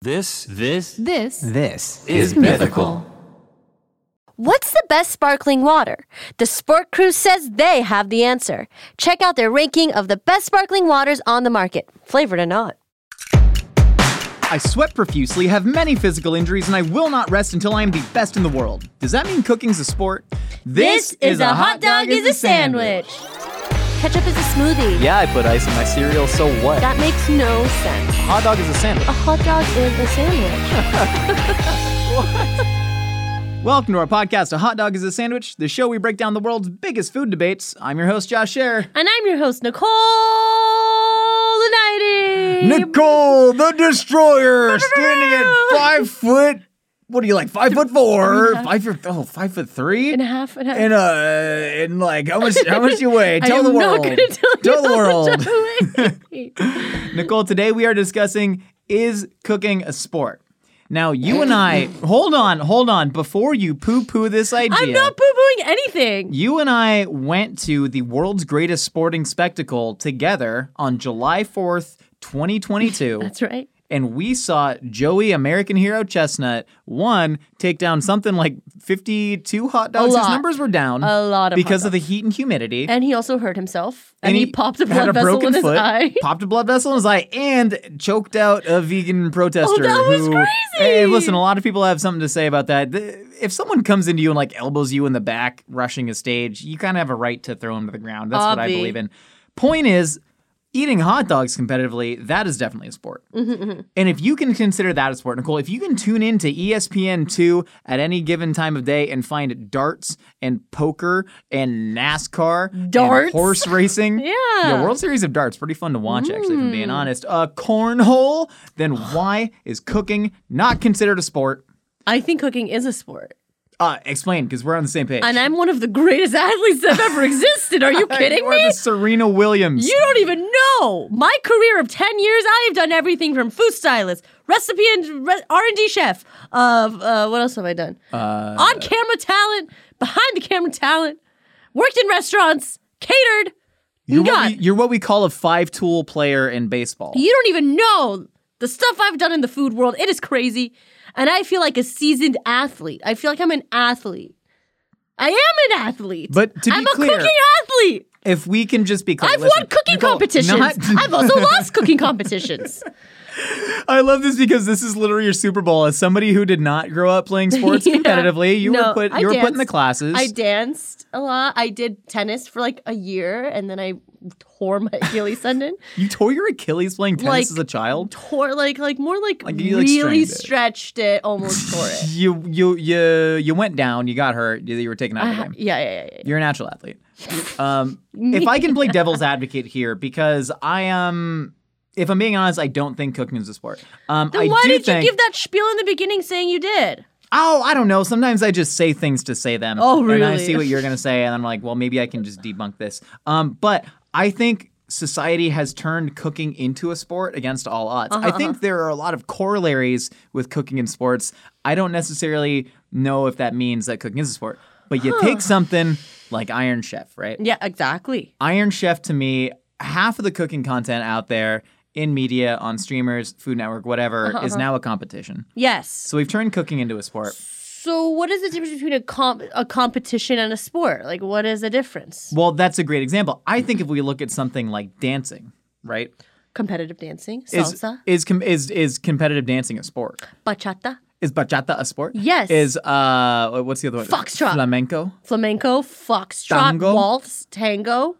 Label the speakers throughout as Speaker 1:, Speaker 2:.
Speaker 1: This, this
Speaker 2: This
Speaker 3: This
Speaker 1: is mythical.
Speaker 4: What's the best sparkling water? The Sport Crew says they have the answer. Check out their ranking of the best sparkling waters on the market, flavored or not.
Speaker 3: I sweat profusely, have many physical injuries, and I will not rest until I am the best in the world. Does that mean cooking's a sport?
Speaker 4: Ketchup is a smoothie.
Speaker 3: Yeah, I put ice in my cereal, so what?
Speaker 4: That makes no sense.
Speaker 3: Hot dog is a sandwich.
Speaker 4: A hot dog is a sandwich.
Speaker 3: Welcome to our podcast, A Hot Dog is a Sandwich, the show we break down the world's biggest food debates. I'm your host, Josh Scher.
Speaker 4: And I'm your host, Nicole Lanighty.
Speaker 3: Nicole the Destroyer, standing at five foot. What are you like? Five foot four, five foot oh, five foot three,
Speaker 2: and a half and a half.
Speaker 3: and uh, and like how much? How much you weigh? Tell
Speaker 2: I am
Speaker 3: the
Speaker 2: not
Speaker 3: world.
Speaker 2: gonna tell,
Speaker 3: tell the
Speaker 2: you
Speaker 3: world.
Speaker 2: world.
Speaker 3: Nicole, today we are discussing is cooking a sport? Now, you and I, hold on, hold on, before you poo poo this idea.
Speaker 2: I'm not boo booing anything.
Speaker 3: you and I went to the world's greatest sporting spectacle together on July 4th, 2022.
Speaker 2: That's right.
Speaker 3: and we saw Joey American Hero Chestnut one take down something like 52 hot dogs. His
Speaker 2: lot.
Speaker 3: numbers were down
Speaker 2: A lot of
Speaker 3: because
Speaker 2: hot
Speaker 3: of the heat and humidity.
Speaker 2: And he also hurt himself. And, he, popped a blood
Speaker 3: had a
Speaker 2: vessel
Speaker 3: broken
Speaker 2: in his
Speaker 3: foot,
Speaker 2: eye.
Speaker 3: Popped a blood vessel in his eye and choked out a vegan protester.
Speaker 2: Oh, that was
Speaker 3: who-
Speaker 2: crazy.
Speaker 3: Hey, listen, a lot of people have something to say about that. The- If someone comes into you and like elbows you in the back, rushing a stage, you kind of have a right to throw him to the ground. That's what I
Speaker 2: Obvi.
Speaker 3: believe in. Point is, eating hot dogs competitively, that is definitely a sport. And if you can consider that a sport, Nicole, if you can tune in to E ESPN2 at any given time of day and find darts and poker and NASCAR, and
Speaker 2: Darts?
Speaker 3: horse racing, yeah, the World Series of Darts, pretty fun to watch actually, if I'm
Speaker 2: Hmm.
Speaker 3: being honest. Uh, cornhole, then why is cooking not considered a sport?
Speaker 2: I think cooking is a sport.
Speaker 3: Uh, explain, because we're on the same page.
Speaker 2: And I'm one of the greatest athletes that have ever existed. Are you kidding
Speaker 3: Or
Speaker 2: me?
Speaker 3: the Serena Williams.
Speaker 2: You don't even know. My career of 10 years, I have done everything from food stylist, recipe and re- R&D chef, of uh, what else have I done?
Speaker 3: Uh,
Speaker 2: On camera talent, behind the camera talent, worked in restaurants, catered.
Speaker 3: you're, what
Speaker 2: God.
Speaker 3: we, you're what we call a five-tool player in baseball.
Speaker 2: You don't even know the stuff I've done in the food world. It is crazy. And I feel like a seasoned athlete. I feel like I'm an athlete. I am an athlete.
Speaker 3: But to be
Speaker 2: I'm a
Speaker 3: clear-
Speaker 2: cooking athlete.
Speaker 3: If we can just be clear,
Speaker 2: I've
Speaker 3: listen,
Speaker 2: won cooking
Speaker 3: Nicole,
Speaker 2: competitions.
Speaker 3: not-
Speaker 2: I've also lost cooking competitions.
Speaker 3: I love this because this is literally your Super Bowl. As somebody who did not grow up playing sports
Speaker 2: Yeah.
Speaker 3: competitively, you
Speaker 2: No,
Speaker 3: were put
Speaker 2: I
Speaker 3: you were put in the
Speaker 2: danced.
Speaker 3: classes.
Speaker 2: I danced a lot. I did tennis for like a year, and then I tore my Achilles tendon.
Speaker 3: you tore your Achilles playing tennis
Speaker 2: Like-
Speaker 3: as a child.
Speaker 2: Tore like like more like,
Speaker 3: you,
Speaker 2: really
Speaker 3: like, strained it.
Speaker 2: stretched it, almost tore it.
Speaker 3: You you you you went down. You got hurt. You, you were taken out of the
Speaker 2: Yeah,
Speaker 3: game.
Speaker 2: yeah, yeah, yeah.
Speaker 3: You're a natural athlete. Um, if I can play devil's advocate here, because I am, if I'm being honest, I don't think cooking is a sport. Um, I
Speaker 2: Then why
Speaker 3: do
Speaker 2: did
Speaker 3: think,
Speaker 2: you give that spiel in the beginning saying you did?
Speaker 3: Oh, I don't know. Sometimes I just say things to say them.
Speaker 2: Oh,
Speaker 3: And I
Speaker 2: really?
Speaker 3: see what you're gonna say, and I'm like, well, maybe I can just debunk this. Um, but I think society has turned cooking into a sport against all odds. I
Speaker 2: Uh-huh.
Speaker 3: think there are a lot of corollaries with cooking and sports. I don't necessarily know if that means that cooking is a sport, but you take something like Iron Chef, right?
Speaker 2: Yeah, exactly.
Speaker 3: Iron Chef to me, half of the cooking content out there in media, on streamers, Food Network, whatever,
Speaker 2: Uh-huh,
Speaker 3: is now a competition.
Speaker 2: Yes.
Speaker 3: So we've turned cooking into a sport.
Speaker 2: So what is the difference between a comp- a competition and a sport? Like what is the difference?
Speaker 3: Well, that's a great example. I think if we look at something like dancing, right?
Speaker 2: Competitive dancing,
Speaker 3: Is
Speaker 2: salsa,
Speaker 3: is com- is is competitive dancing a sport?
Speaker 2: bachata,
Speaker 3: Is bachata a sport?
Speaker 2: Yes.
Speaker 3: Is uh what's the other one?
Speaker 2: Foxtrot.
Speaker 3: Flamenco,
Speaker 2: flamenco, foxtrot,
Speaker 3: Tango?
Speaker 2: waltz, tango,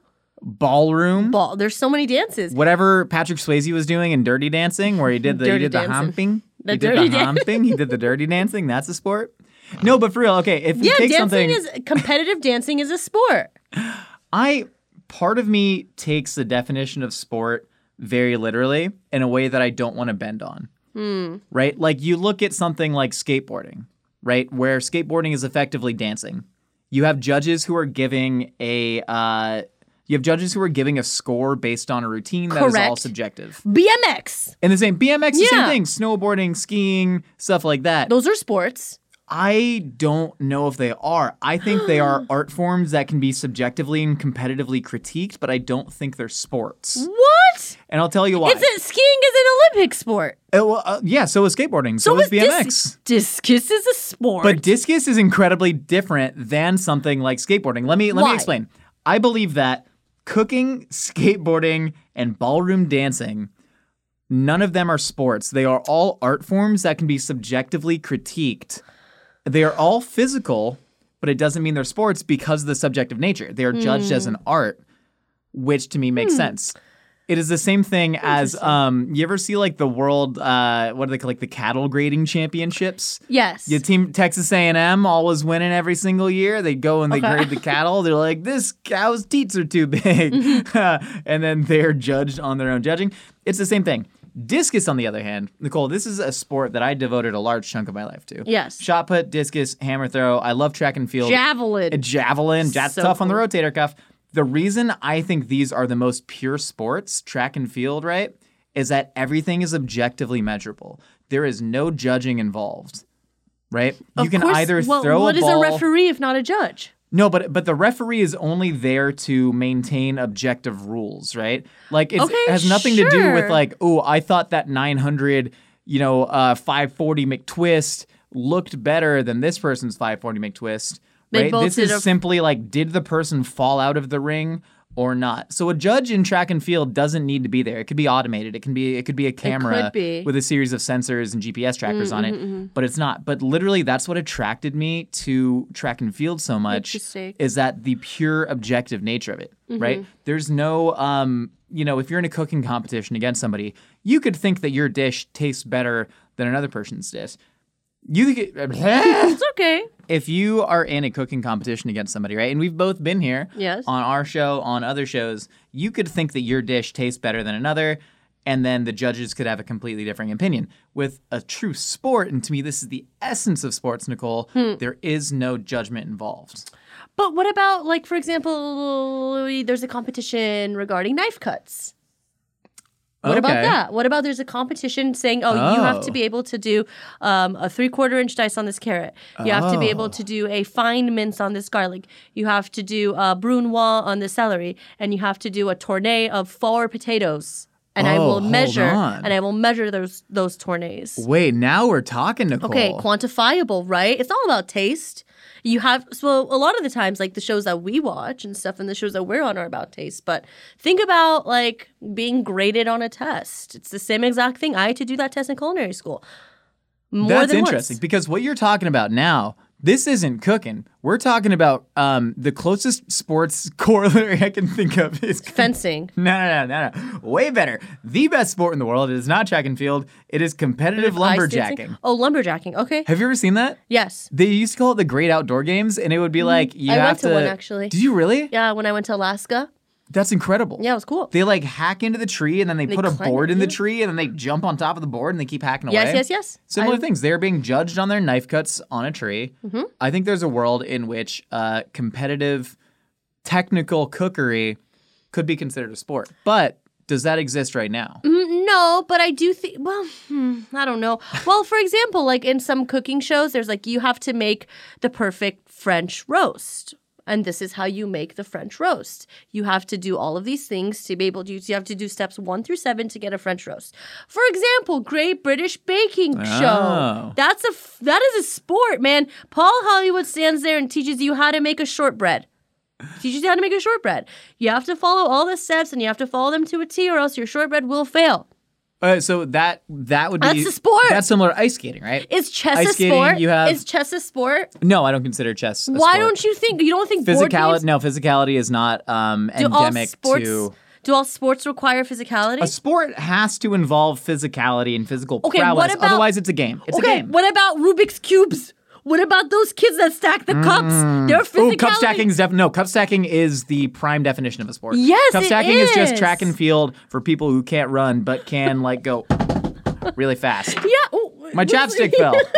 Speaker 3: ballroom,
Speaker 2: ball. There's so many dances.
Speaker 3: whatever Patrick Swayze was doing in Dirty Dancing, where he did the he
Speaker 2: Dirty
Speaker 3: did the
Speaker 2: dancing.
Speaker 3: humping,
Speaker 2: The
Speaker 3: he did
Speaker 2: dirty
Speaker 3: the
Speaker 2: dan-
Speaker 3: humping, he did the dirty dancing. That's a sport. No, but for real, okay. If we
Speaker 2: Yeah,
Speaker 3: take
Speaker 2: dancing
Speaker 3: something,
Speaker 2: is competitive dancing is a sport.
Speaker 3: I part of me takes the definition of sport very literally in a way that I don't want to bend on.
Speaker 2: Hmm.
Speaker 3: Right? Like you look at something like skateboarding, right? Where skateboarding is effectively dancing. You have judges who are giving a uh, you have judges who are giving a score based on a routine that is all
Speaker 2: Correct.
Speaker 3: subjective.
Speaker 2: BMX.
Speaker 3: And the same BMX, the same
Speaker 2: Yeah.
Speaker 3: thing, snowboarding, skiing, stuff like that.
Speaker 2: Those are sports.
Speaker 3: I don't know if they are. I think they are art forms that can be subjectively and competitively critiqued, but I don't think they're sports.
Speaker 2: What?
Speaker 3: And I'll tell you why.
Speaker 2: It's a, skiing is an Olympic sport.
Speaker 3: Uh, well, uh, yeah, so is skateboarding. So,
Speaker 2: is
Speaker 3: is BMX.
Speaker 2: Dis- discus is a sport.
Speaker 3: But discus is incredibly different than something like skateboarding. Let me let
Speaker 2: Why?
Speaker 3: me explain. I believe that cooking, skateboarding, and ballroom dancing, none of them are sports. They are all art forms that can be subjectively critiqued. They are all physical, but it doesn't mean they're sports because of the subjective nature. They are judged as an art, which to me makes sense. It is the same thing as um, you ever see like the world uh, what do they call like the cattle grading championships?
Speaker 2: yes.
Speaker 3: Your team, Texas A&M, always winning every single year. They go and they
Speaker 2: Okay.
Speaker 3: grade the cattle. They're like, this cow's teats are too big,
Speaker 2: Mm-hmm.
Speaker 3: and then they're judged on their own judging. It's the same thing. Discus, on the other hand, Nicole, this is a sport that I devoted a large chunk of my life to.
Speaker 2: Yes.
Speaker 3: shot put, discus, hammer throw. I love track and field.
Speaker 2: Javelin.
Speaker 3: A javelin. That's
Speaker 2: So
Speaker 3: tough on the rotator cuff. The reason I think these are the most pure sports, track and field, right, is that everything is objectively measurable. There is no judging involved, right? you
Speaker 2: Of
Speaker 3: can
Speaker 2: course-
Speaker 3: either
Speaker 2: well,
Speaker 3: throw
Speaker 2: What
Speaker 3: a
Speaker 2: is
Speaker 3: ball.
Speaker 2: a referee if not a judge?
Speaker 3: No, but but the referee is only there to maintain objective rules, right? Like it's,
Speaker 2: Okay,
Speaker 3: it has nothing to do with
Speaker 2: sure.
Speaker 3: like, oh, I thought that 900, you know, uh, 540 McTwist looked better than this person's 540 McTwist.
Speaker 2: They
Speaker 3: Right?
Speaker 2: both
Speaker 3: This
Speaker 2: did
Speaker 3: is
Speaker 2: a-
Speaker 3: simply like, did the person fall out of the ring or not? So a judge in track and field doesn't need to be there. It could be automated. It can be it could be a camera
Speaker 2: could be.
Speaker 3: with a series of sensors and GPS trackers on it, but it's not. But literally, that's what attracted me to track and field so much
Speaker 2: Interesting.
Speaker 3: is that the pure objective nature of it, right? There's no, um, you know, if you're in a cooking competition against somebody, you could think that your dish tastes better than another person's dish. You could,
Speaker 2: It's okay.
Speaker 3: if you are in a cooking competition against somebody, right? And we've both been here
Speaker 2: Yes.
Speaker 3: on our show, on other shows, you could think that your dish tastes better than another, and then the judges could have a completely differing opinion. With a true sport, and to me, this is the essence of sports, Nicole,
Speaker 2: Hmm.
Speaker 3: there is no judgment involved.
Speaker 2: But what about like for example, there's a competition regarding knife cuts. What about
Speaker 3: Okay.
Speaker 2: that? What about there's a competition saying, oh, you have to
Speaker 3: Oh.
Speaker 2: be able to do um, a three quarter inch dice on this carrot. You have to be able
Speaker 3: Oh.
Speaker 2: to do a fine mince on this garlic. You have to do a brunoise on the celery, and you have to do a tournée of four potatoes. And I
Speaker 3: Oh,
Speaker 2: will
Speaker 3: hold
Speaker 2: measure,
Speaker 3: on.
Speaker 2: and I will measure those those tournays.
Speaker 3: Wait, now we're talking, Nicole.
Speaker 2: Okay, quantifiable, right? It's all about taste. You have so a lot of the times, like the shows that we watch and stuff, and the shows that we're on are about taste. But think about like being graded on a test. It's the same exact thing. I had to do that test in culinary school. More
Speaker 3: That's
Speaker 2: than
Speaker 3: interesting because what you're talking about now, this isn't cooking. We're talking about um, the closest sports corollary I can think of is
Speaker 2: Once. Fencing.
Speaker 3: No, no, no, no, no. Way better. The best sport in the world is not track and field. It is competitive
Speaker 2: ice dancing.
Speaker 3: lumberjacking.
Speaker 2: Oh, lumberjacking. Okay.
Speaker 3: Have you ever seen that?
Speaker 2: Yes.
Speaker 3: They used to call it the Great Outdoor Games, and it would be like
Speaker 2: Mm-hmm.
Speaker 3: you
Speaker 2: I went
Speaker 3: have
Speaker 2: to one, actually.
Speaker 3: Did you really?
Speaker 2: Yeah. When I went to Alaska.
Speaker 3: That's incredible.
Speaker 2: Yeah, it was cool.
Speaker 3: They like hack into the tree, and then they, put a
Speaker 2: climb
Speaker 3: board in the
Speaker 2: it.
Speaker 3: tree, and then they jump on top of the board, and they keep hacking
Speaker 2: Yes,
Speaker 3: away.
Speaker 2: yes, yes.
Speaker 3: Similar
Speaker 2: I- Mm-hmm.
Speaker 3: things. They're being judged on their knife cuts on a tree. I think there's a world in which uh, competitive, technical cookery could be considered a sport, but does that exist right now?
Speaker 2: Mm, No, but I do think. Well, hmm, I don't know. Well, for example, like in some cooking shows, there's like you have to make the perfect French roast, and this is how you make the French roast. You have to do all of these things to be able to. You have to do steps one through seven to get a French roast. For example, Great British Baking Show.
Speaker 3: Oh.
Speaker 2: That's a f- that is a sport, man. Paul Hollywood stands there and teaches you how to make a shortbread teaches you how to make a shortbread. You have to follow all the steps and you have to follow them to a T or else your shortbread will fail.
Speaker 3: Uh, so that that would be
Speaker 2: That's a sport.
Speaker 3: That's similar to ice skating, right?
Speaker 2: Is chess
Speaker 3: Ice
Speaker 2: a
Speaker 3: skating,
Speaker 2: sport?
Speaker 3: you have-
Speaker 2: Is chess a sport?
Speaker 3: no, I don't consider chess. A
Speaker 2: Why
Speaker 3: sport.
Speaker 2: don't you think you don't think board
Speaker 3: Physicality?
Speaker 2: games
Speaker 3: No, physicality is not um,
Speaker 2: do all
Speaker 3: endemic
Speaker 2: sports
Speaker 3: to.
Speaker 2: do all sports require physicality?
Speaker 3: A sport has to involve physicality and physical
Speaker 2: Okay, what
Speaker 3: prowess.
Speaker 2: about-
Speaker 3: Otherwise, it's a game. It's
Speaker 2: okay,
Speaker 3: a game.
Speaker 2: what about Rubik's cubes? What about those kids that stack the cups? Their physicality.
Speaker 3: Mm. Ooh, Oh, cup stacking is def- no cup stacking is the prime definition of a sport.
Speaker 2: Yes,
Speaker 3: cup
Speaker 2: it
Speaker 3: stacking is. just
Speaker 2: is.
Speaker 3: track and field for people who can't run but can like go really fast.
Speaker 2: Yeah. oh,
Speaker 3: My chapstick fell.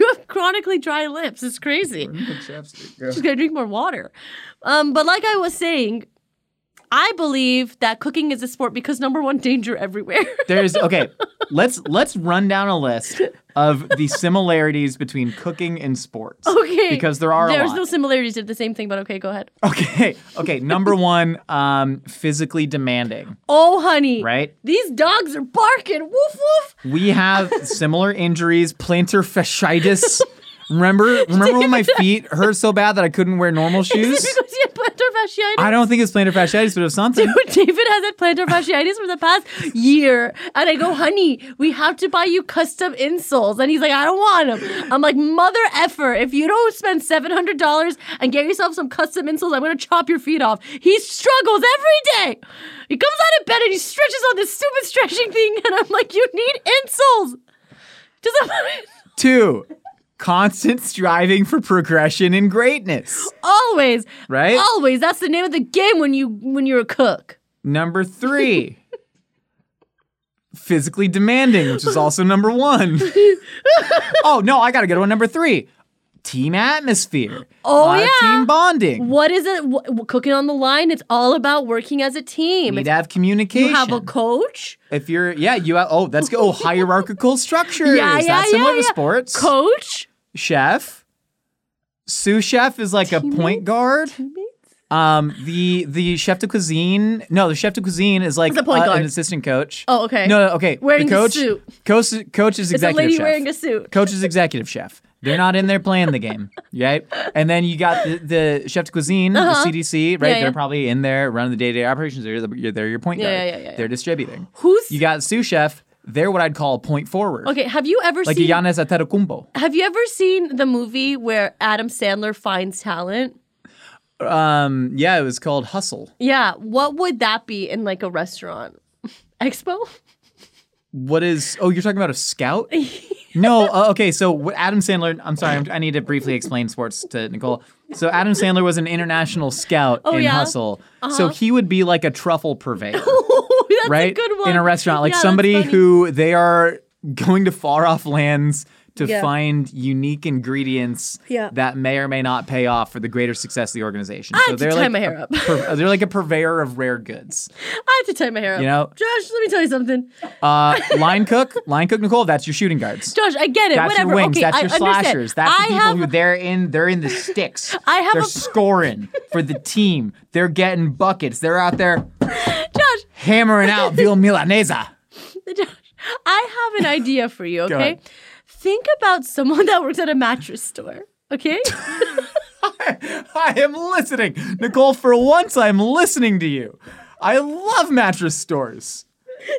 Speaker 2: You have chronically dry lips. It's crazy. She's gonna drink more water. Um, but like I was saying, I believe that cooking is a sport because number one, danger everywhere.
Speaker 3: There's okay. let's let's run down a list of the similarities between cooking and sports.
Speaker 2: okay.
Speaker 3: Because there are a
Speaker 2: There's
Speaker 3: lot.
Speaker 2: no similarities. They're the same thing, but okay, go ahead.
Speaker 3: Okay. Okay. Number one, um, physically demanding.
Speaker 2: Oh, honey.
Speaker 3: Right?
Speaker 2: These dogs are barking. Woof, woof.
Speaker 3: We have similar injuries, plantar fasciitis. Remember, remember when my feet hurt so bad that I couldn't wear normal
Speaker 2: Is
Speaker 3: shoes?
Speaker 2: it because you have plantar fasciitis?
Speaker 3: I don't think it's plantar fasciitis, but it's something.
Speaker 2: Dude, David has had plantar fasciitis for the past year. And I go, honey, we have to buy you custom insoles. And he's like, I don't want them. I'm like, mother effer, if you don't spend $700 and get yourself some custom insoles, I'm going to chop your feet off. He struggles every day. He comes out of bed and he stretches on this stupid stretching thing. And I'm like, you need insoles. Doesn't
Speaker 3: Two, constant striving for progression and greatness.
Speaker 2: always,
Speaker 3: Right?
Speaker 2: Always. That's the name of the game when you when you're a cook.
Speaker 3: Number three, physically demanding, which is also number one. oh, no, I got a good one. Number three, team atmosphere.
Speaker 2: Oh,
Speaker 3: Lot of
Speaker 2: yeah.
Speaker 3: Team bonding.
Speaker 2: What is it? Wh- cooking on the line. It's all about working as a team.
Speaker 3: Need
Speaker 2: It's
Speaker 3: to have communication.
Speaker 2: You have a coach,
Speaker 3: If you're, yeah, you have, oh, that's good. Oh, hierarchical structures.
Speaker 2: Yeah, yeah,
Speaker 3: that's similar
Speaker 2: yeah,
Speaker 3: to
Speaker 2: yeah.
Speaker 3: sports.
Speaker 2: coach,
Speaker 3: chef. Sous chef is like a point guard. Um, the the chef de cuisine. No, the chef de cuisine is like
Speaker 2: It's a point
Speaker 3: uh,
Speaker 2: guard.
Speaker 3: an assistant coach.
Speaker 2: Oh, okay.
Speaker 3: No, no okay.
Speaker 2: Wearing the
Speaker 3: the coach.
Speaker 2: suit.
Speaker 3: Coach, coach is
Speaker 2: it's a
Speaker 3: executive
Speaker 2: lady
Speaker 3: chef.
Speaker 2: wearing a suit.
Speaker 3: coach is executive chef. They're not in there playing the game, right? And then you got the, the chef de cuisine, the CDC, right?
Speaker 2: Uh-huh. Yeah, yeah.
Speaker 3: They're probably in there running the day to day operations. They're, the, you're, they're your point
Speaker 2: Yeah,
Speaker 3: guard.
Speaker 2: yeah, yeah, yeah.
Speaker 3: They're distributing.
Speaker 2: Who's-
Speaker 3: you got sous chef? They're what I'd call a point forward,
Speaker 2: Okay, have you ever
Speaker 3: like
Speaker 2: seen
Speaker 3: Giannis Antetokounmpo.
Speaker 2: Have you ever seen the movie where Adam Sandler finds talent?
Speaker 3: Um, yeah, it was called Hustle.
Speaker 2: Yeah, what would that be in like a restaurant? Expo?
Speaker 3: What is? Oh, you're talking about a scout? no. Uh, okay. So what Adam Sandler. I'm sorry. I'm, I need to briefly explain sports to Nicole. So Adam Sandler was an international scout in
Speaker 2: Oh, yeah? Uh-huh.
Speaker 3: Hustle. So he would be like a truffle purveyor,
Speaker 2: that's
Speaker 3: right?
Speaker 2: a good one.
Speaker 3: In a restaurant, like
Speaker 2: Yeah, that's
Speaker 3: somebody
Speaker 2: funny.
Speaker 3: who they are going to far off lands to
Speaker 2: Yeah.
Speaker 3: find unique ingredients
Speaker 2: Yeah.
Speaker 3: that may or may not pay off for the greater success of the organization.
Speaker 2: had to tie my hair
Speaker 3: a
Speaker 2: up.
Speaker 3: pur- they're like a purveyor of rare goods.
Speaker 2: I had to tie my hair up.
Speaker 3: You know-
Speaker 2: Josh, let me tell you something.
Speaker 3: Uh, line cook, line cook Nicole, that's your shooting guards.
Speaker 2: Josh, I get it.
Speaker 3: That's
Speaker 2: Whatever.
Speaker 3: your wings.
Speaker 2: okay,
Speaker 3: that's
Speaker 2: I
Speaker 3: your
Speaker 2: understand.
Speaker 3: slashers. That's
Speaker 2: I
Speaker 3: the people
Speaker 2: have
Speaker 3: who they're in. They're in the sticks.
Speaker 2: I have
Speaker 3: they're
Speaker 2: a-
Speaker 3: scoring for the team. They're getting buckets. They're out there
Speaker 2: Josh,
Speaker 3: hammering out Vil Milanesa.
Speaker 2: Josh, I have an idea for you, okay?
Speaker 3: ahead.
Speaker 2: Think about someone that works at a mattress store, okay?
Speaker 3: I am listening, Nicole. For once, I'm listening to you. I love mattress stores.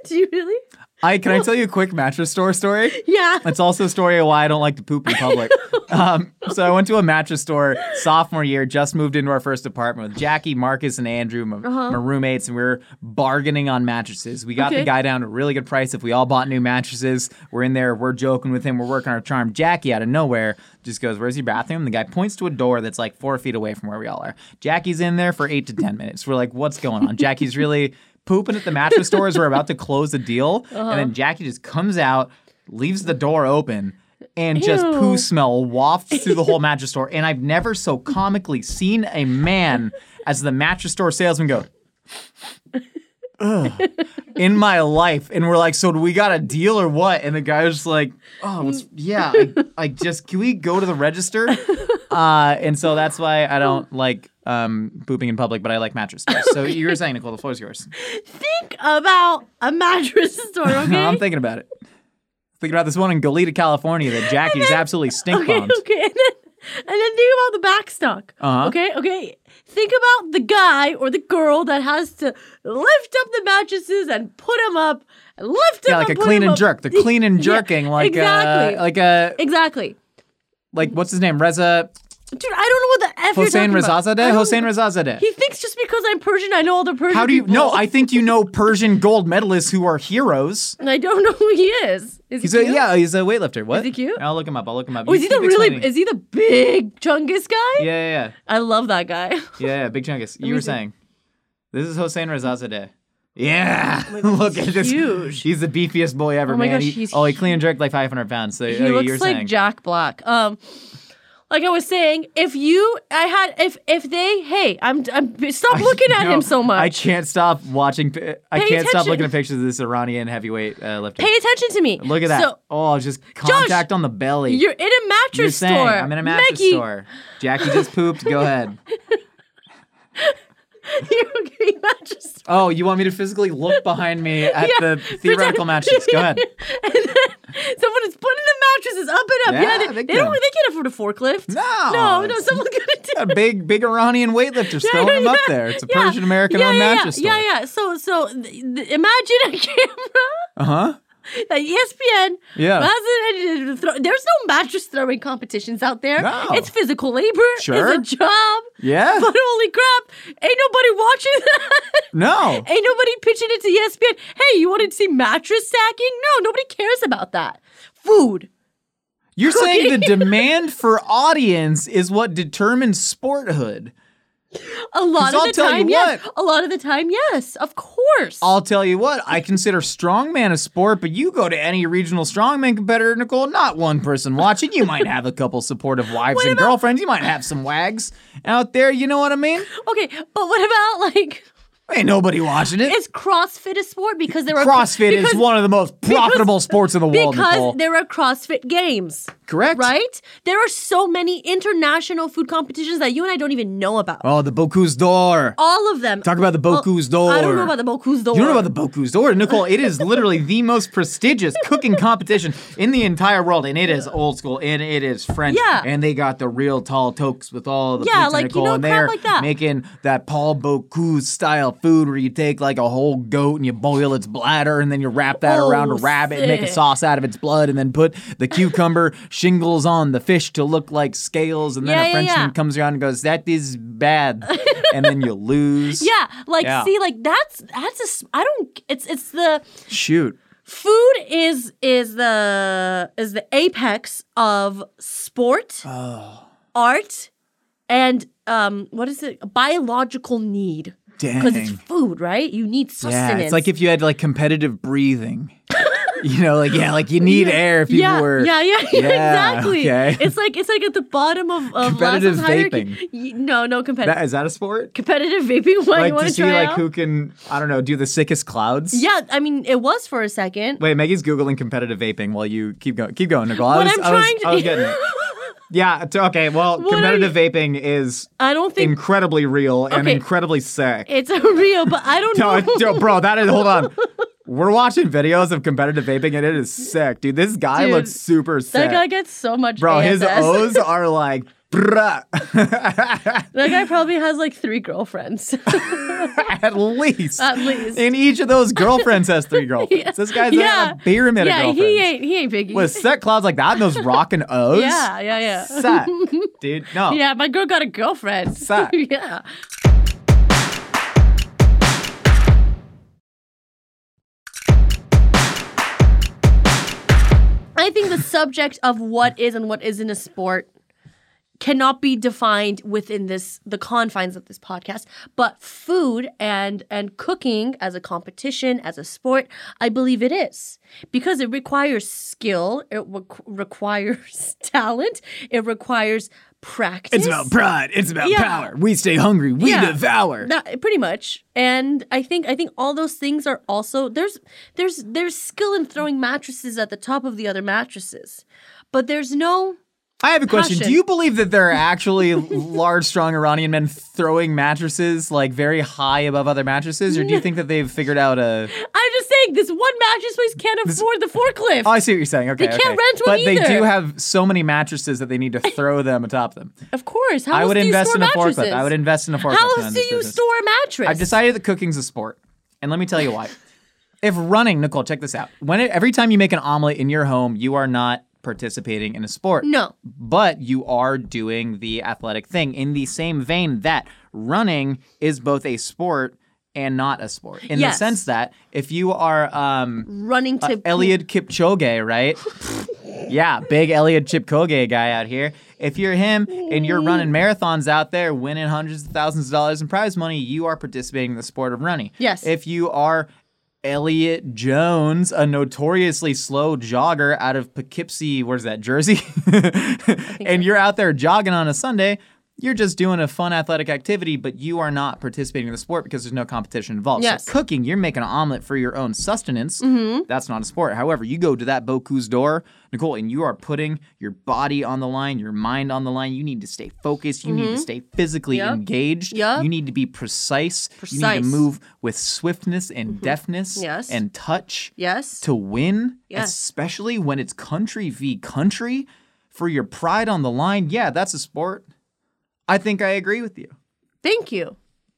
Speaker 2: Do you really?
Speaker 3: I can I tell you a quick mattress store story?
Speaker 2: Yeah.
Speaker 3: It's also a story of why I don't like to poop in public. Um, so I went to a mattress store sophomore year, just moved into our first apartment with Jackie, Marcus, and Andrew, my, my roommates, and we were bargaining on mattresses. We got the
Speaker 2: Okay.
Speaker 3: guy down to a really good price if we all bought new mattresses. We're in there, we're joking with him, we're working our charm. Jackie, out of nowhere, just goes, Where's your bathroom? The guy points to a door that's like four feet away from where we all are. Jackie's in there for eight to 10 minutes. We're like, What's going on? Jackie's really. Pooping at the mattress store as we're about to close the deal, and then Jackie just comes out, leaves the door open and just poo
Speaker 2: Ew.
Speaker 3: smell wafts through the whole mattress store. And I've never so comically seen a man as the mattress store salesman go, "Ugh," in my life. And we're like, so do we got a deal or what? And the guy was just like, oh, it's- yeah, I, I just, can we go to the register? Uh, and so that's why I don't like um, pooping in public, but I like mattress stores. So you were saying, Nicole, the floor is yours.
Speaker 2: Think about a mattress store, okay?
Speaker 3: I'm thinking about it. Thinking about this one in Goleta, California that Jackie's absolutely stink
Speaker 2: okay,
Speaker 3: bombed.
Speaker 2: okay. And then, and then think about the back stock.
Speaker 3: Uh-huh.
Speaker 2: Okay, okay. Think about the guy or the girl that has to lift up the mattresses and put them up, and lift them
Speaker 3: Yeah,
Speaker 2: up,
Speaker 3: like a
Speaker 2: put
Speaker 3: clean
Speaker 2: 'em
Speaker 3: and
Speaker 2: up.
Speaker 3: jerk. They're clean and
Speaker 2: Yeah,
Speaker 3: jerking, like
Speaker 2: exactly,
Speaker 3: uh, like a
Speaker 2: exactly.
Speaker 3: like what's his name? Reza
Speaker 2: Dude, I don't know what the f
Speaker 3: Hossein
Speaker 2: you're talking about. I
Speaker 3: Rezazadeh.
Speaker 2: don't-
Speaker 3: Hossein Rezazadeh.
Speaker 2: He thinks just because I'm Persian, I know all the Persian.
Speaker 3: How do you?
Speaker 2: people.
Speaker 3: No, I think you know Persian gold medalists who are heroes.
Speaker 2: And I don't know who he is. Is
Speaker 3: He's
Speaker 2: he
Speaker 3: a
Speaker 2: cute?
Speaker 3: yeah, he's a weightlifter. What?
Speaker 2: Is he cute?
Speaker 3: I'll look him up. I'll look him up.
Speaker 2: Oh,
Speaker 3: You
Speaker 2: is he the
Speaker 3: keep
Speaker 2: really?
Speaker 3: explaining.
Speaker 2: Is he the big chungus guy?
Speaker 3: yeah, yeah, yeah,
Speaker 2: I love that guy.
Speaker 3: yeah, yeah. Big chungus. You were
Speaker 2: see.
Speaker 3: saying this is Hossein Rezazadeh. Yeah, look at this.
Speaker 2: huge.
Speaker 3: He's the beefiest boy ever,
Speaker 2: Oh my
Speaker 3: man.
Speaker 2: gosh,
Speaker 3: He-
Speaker 2: he's
Speaker 3: oh, he clean and jerked like 500 pounds. So
Speaker 2: He
Speaker 3: oh,
Speaker 2: looks
Speaker 3: you're
Speaker 2: like
Speaker 3: saying
Speaker 2: Jack Black. Um, like I was saying, if you, I had, if if they, hey, I'm, I'm stop looking at
Speaker 3: No,
Speaker 2: him so much.
Speaker 3: I can't stop watching. pi- I
Speaker 2: Pay
Speaker 3: can't stop
Speaker 2: attention.
Speaker 3: looking at pictures of this Iranian heavyweight uh, lifter.
Speaker 2: Pay attention to me.
Speaker 3: Look at that.
Speaker 2: So
Speaker 3: oh, just contact on the belly.
Speaker 2: you're in a mattress
Speaker 3: You're
Speaker 2: store.
Speaker 3: saying, I'm in a mattress
Speaker 2: Mickey,
Speaker 3: store. Jackie just pooped. Go ahead.
Speaker 2: You're in a mattress store.
Speaker 3: Oh, you want me to physically look behind me at
Speaker 2: Yeah,
Speaker 3: the theoretical
Speaker 2: pretend-
Speaker 3: matches? Go ahead.
Speaker 2: and then someone is putting the mattresses up and up.
Speaker 3: Yeah,
Speaker 2: Yeah, they,
Speaker 3: big
Speaker 2: they don't.
Speaker 3: time.
Speaker 2: They can't afford a forklift.
Speaker 3: No.
Speaker 2: no, no. Someone could do
Speaker 3: A big, big Iranian weightlifter throwing him up there. It's a
Speaker 2: yeah,
Speaker 3: Persian American
Speaker 2: yeah,
Speaker 3: on
Speaker 2: yeah,
Speaker 3: mattress
Speaker 2: yeah,
Speaker 3: store.
Speaker 2: Yeah, yeah. So, so th- th- imagine a camera E
Speaker 3: Uh huh.
Speaker 2: like ESPN.
Speaker 3: Yeah.
Speaker 2: has it- it- throw- there's no mattress throwing competitions out there.
Speaker 3: No.
Speaker 2: It's physical labor.
Speaker 3: Sure.
Speaker 2: It's a job.
Speaker 3: Yeah.
Speaker 2: But holy crap, ain't nobody watching that.
Speaker 3: No.
Speaker 2: Ain't nobody pitching it to E ESPN. Hey, you wanted to see mattress stacking? No, nobody cares about that. Food.
Speaker 3: You're saying the demand for audience is what determines sporthood.
Speaker 2: A lot
Speaker 3: 'Cause
Speaker 2: of
Speaker 3: I'll
Speaker 2: the
Speaker 3: tell you
Speaker 2: time, yes.
Speaker 3: what.
Speaker 2: A lot of the time, yes. Of course.
Speaker 3: I'll tell you what, I consider strongman a sport, but you go to any regional strongman competitor, Nicole, not one person watching. You might have a couple supportive wives and girlfriends. You might have some wags out there. You know what I mean?
Speaker 2: okay, but what about like
Speaker 3: Ain't nobody watching it.
Speaker 2: is CrossFit a sport? Because there are
Speaker 3: CrossFit
Speaker 2: because,
Speaker 3: is one of the most profitable sports in the world,
Speaker 2: because
Speaker 3: Nicole.
Speaker 2: there are CrossFit games.
Speaker 3: Correct?
Speaker 2: Right? There are so many international food competitions that you and I don't even know about.
Speaker 3: Oh, the Boku's door.
Speaker 2: All of them. Oh,
Speaker 3: Talk about the Boku's door.
Speaker 2: I don't know about the Boku's door.
Speaker 3: You don't know about the Boku's door, Nicole. It is literally the most prestigious cooking competition in the entire world, and it is old school and it is French.
Speaker 2: Yeah.
Speaker 3: and they got the real tall tokes with all the
Speaker 2: Yeah,
Speaker 3: pizza,
Speaker 2: like, you
Speaker 3: Nicole,
Speaker 2: know,
Speaker 3: and
Speaker 2: crap
Speaker 3: they're
Speaker 2: like that.
Speaker 3: making that Paul Bocuse style food where you take like a whole goat and you boil its bladder, and then you wrap that
Speaker 2: Oh,
Speaker 3: around a rabbit and make a
Speaker 2: sick.
Speaker 3: sauce out of its blood, and then put the cucumber shingles on the fish to look like scales, and then
Speaker 2: Yeah,
Speaker 3: a
Speaker 2: yeah, yeah.
Speaker 3: Frenchman comes around and goes, "That is bad," and then you lose.
Speaker 2: Yeah, like
Speaker 3: Yeah.
Speaker 2: see, like that's that's a s- I don't it's it's the
Speaker 3: shoot.
Speaker 2: food is is the is the apex of sport,
Speaker 3: Oh.
Speaker 2: art, and um what is it biological need because it's
Speaker 3: Dang.
Speaker 2: food, right? You need sustenance.
Speaker 3: Yeah, it's like if you had like competitive breathing. you know, like yeah, like you need air if you
Speaker 2: yeah,
Speaker 3: were
Speaker 2: yeah, yeah, yeah,
Speaker 3: Yeah,
Speaker 2: exactly.
Speaker 3: okay.
Speaker 2: It's like it's like at the bottom of, of
Speaker 3: Competitive
Speaker 2: Maslow's hierarchy.
Speaker 3: vaping.
Speaker 2: Y- No, no competitive.
Speaker 3: That is that a sport?
Speaker 2: competitive vaping. Why
Speaker 3: Like
Speaker 2: you want
Speaker 3: to
Speaker 2: to
Speaker 3: see
Speaker 2: try
Speaker 3: like
Speaker 2: out?
Speaker 3: who can I don't know, do the sickest clouds?
Speaker 2: Yeah, I mean it was for a second.
Speaker 3: Wait, Maggie's googling competitive vaping while you keep going. Keep going, Nicole. I
Speaker 2: What
Speaker 3: was,
Speaker 2: I'm
Speaker 3: I was-
Speaker 2: trying to-
Speaker 3: I was getting it. Yeah. t- Okay. Well,
Speaker 2: are
Speaker 3: competitive vaping is
Speaker 2: I don't think
Speaker 3: incredibly real and
Speaker 2: Okay.
Speaker 3: incredibly sick.
Speaker 2: it's a real, but I don't
Speaker 3: no,
Speaker 2: know.
Speaker 3: I- dude, bro, that is hold on. We're watching videos of competitive vaping and it is sick, dude. This guy
Speaker 2: Dude,
Speaker 3: looks super sick.
Speaker 2: That guy gets so much.
Speaker 3: Bro, his
Speaker 2: AFS.
Speaker 3: O's are like, bruh,
Speaker 2: That guy probably has like three girlfriends.
Speaker 3: at least.
Speaker 2: At least.
Speaker 3: And each of those girlfriends has three girlfriends. This guy's
Speaker 2: yeah.
Speaker 3: a pyramid
Speaker 2: yeah,
Speaker 3: of
Speaker 2: he
Speaker 3: girlfriends.
Speaker 2: ain't he ain't biggie.
Speaker 3: With set clouds like that and those rockin' O's.
Speaker 2: yeah, yeah, yeah.
Speaker 3: Set. Dude, no.
Speaker 2: Yeah, my girl got a girlfriend.
Speaker 3: Suck.
Speaker 2: yeah. I think the subject of what is and what isn't a sport cannot be defined within this the confines of this podcast but food and and cooking as a competition as a sport i believe it is because it requires skill it requ- requires talent it requires practice
Speaker 3: It's about pride. It's about
Speaker 2: Yeah.
Speaker 3: power. We stay hungry. We
Speaker 2: Yeah.
Speaker 3: devour.
Speaker 2: That- pretty much and i think i think all those things are also there's there's there's skill in throwing mattresses at the top of the other mattresses but there's no
Speaker 3: I have a question.
Speaker 2: Passion.
Speaker 3: Do you believe that there are actually large, strong Iranian men throwing mattresses like very high above other mattresses? Or do you think that they've figured out a.
Speaker 2: i'm just saying this one mattress place can't afford the forklift
Speaker 3: Oh, I see what you're saying. Okay,
Speaker 2: can't
Speaker 3: okay.
Speaker 2: rent one
Speaker 3: but they
Speaker 2: either.
Speaker 3: do have so many mattresses that they need to throw them atop them.
Speaker 2: Of course. How
Speaker 3: I
Speaker 2: else
Speaker 3: would
Speaker 2: do you
Speaker 3: invest
Speaker 2: store
Speaker 3: in a
Speaker 2: mattresses?
Speaker 3: forklift. I would invest in a forklift.
Speaker 2: How
Speaker 3: in
Speaker 2: else do
Speaker 3: this
Speaker 2: you
Speaker 3: business.
Speaker 2: store a mattress?
Speaker 3: I've decided that cooking's a sport, and let me tell you why. if running, Nicole, check this out. When it, every time you make an omelet in your home, you are not participating in a sport.
Speaker 2: No.
Speaker 3: but you are doing the athletic thing. In the same vein that running is both a sport and not a sport, in
Speaker 2: Yes.
Speaker 3: the sense that if you are um,
Speaker 2: running to
Speaker 3: Elliot Kipchoge, right? yeah, big Elliot Kipchoge guy out here. If you're him and you're running marathons out there, winning hundreds of thousands of dollars in prize money, you are participating in the sport of running.
Speaker 2: Yes.
Speaker 3: If you are Elliot Jones, a notoriously slow jogger out of Poughkeepsie, where's that, Jersey? and you're out there jogging on a Sunday, you're just doing a fun athletic activity, but you are not participating in the sport because there's no competition involved.
Speaker 2: Yes. Mm-hmm.
Speaker 3: So cooking, you're making an omelet for your own sustenance. That's not a sport. However, you go to that Boku's door, Nicole, and you are putting your body on the line, your mind on the line. You need to stay focused. You
Speaker 2: Mm-hmm.
Speaker 3: need to stay physically
Speaker 2: Yep.
Speaker 3: engaged.
Speaker 2: Yep.
Speaker 3: You need to be precise. You need
Speaker 2: Precise.
Speaker 3: to move with swiftness and deftness
Speaker 2: Mm-hmm. Yes.
Speaker 3: and touch
Speaker 2: Yes.
Speaker 3: to win,
Speaker 2: Yes.
Speaker 3: especially when it's country v country for your pride on the line. Yeah, that's a sport. I think I agree with you.
Speaker 2: Thank you.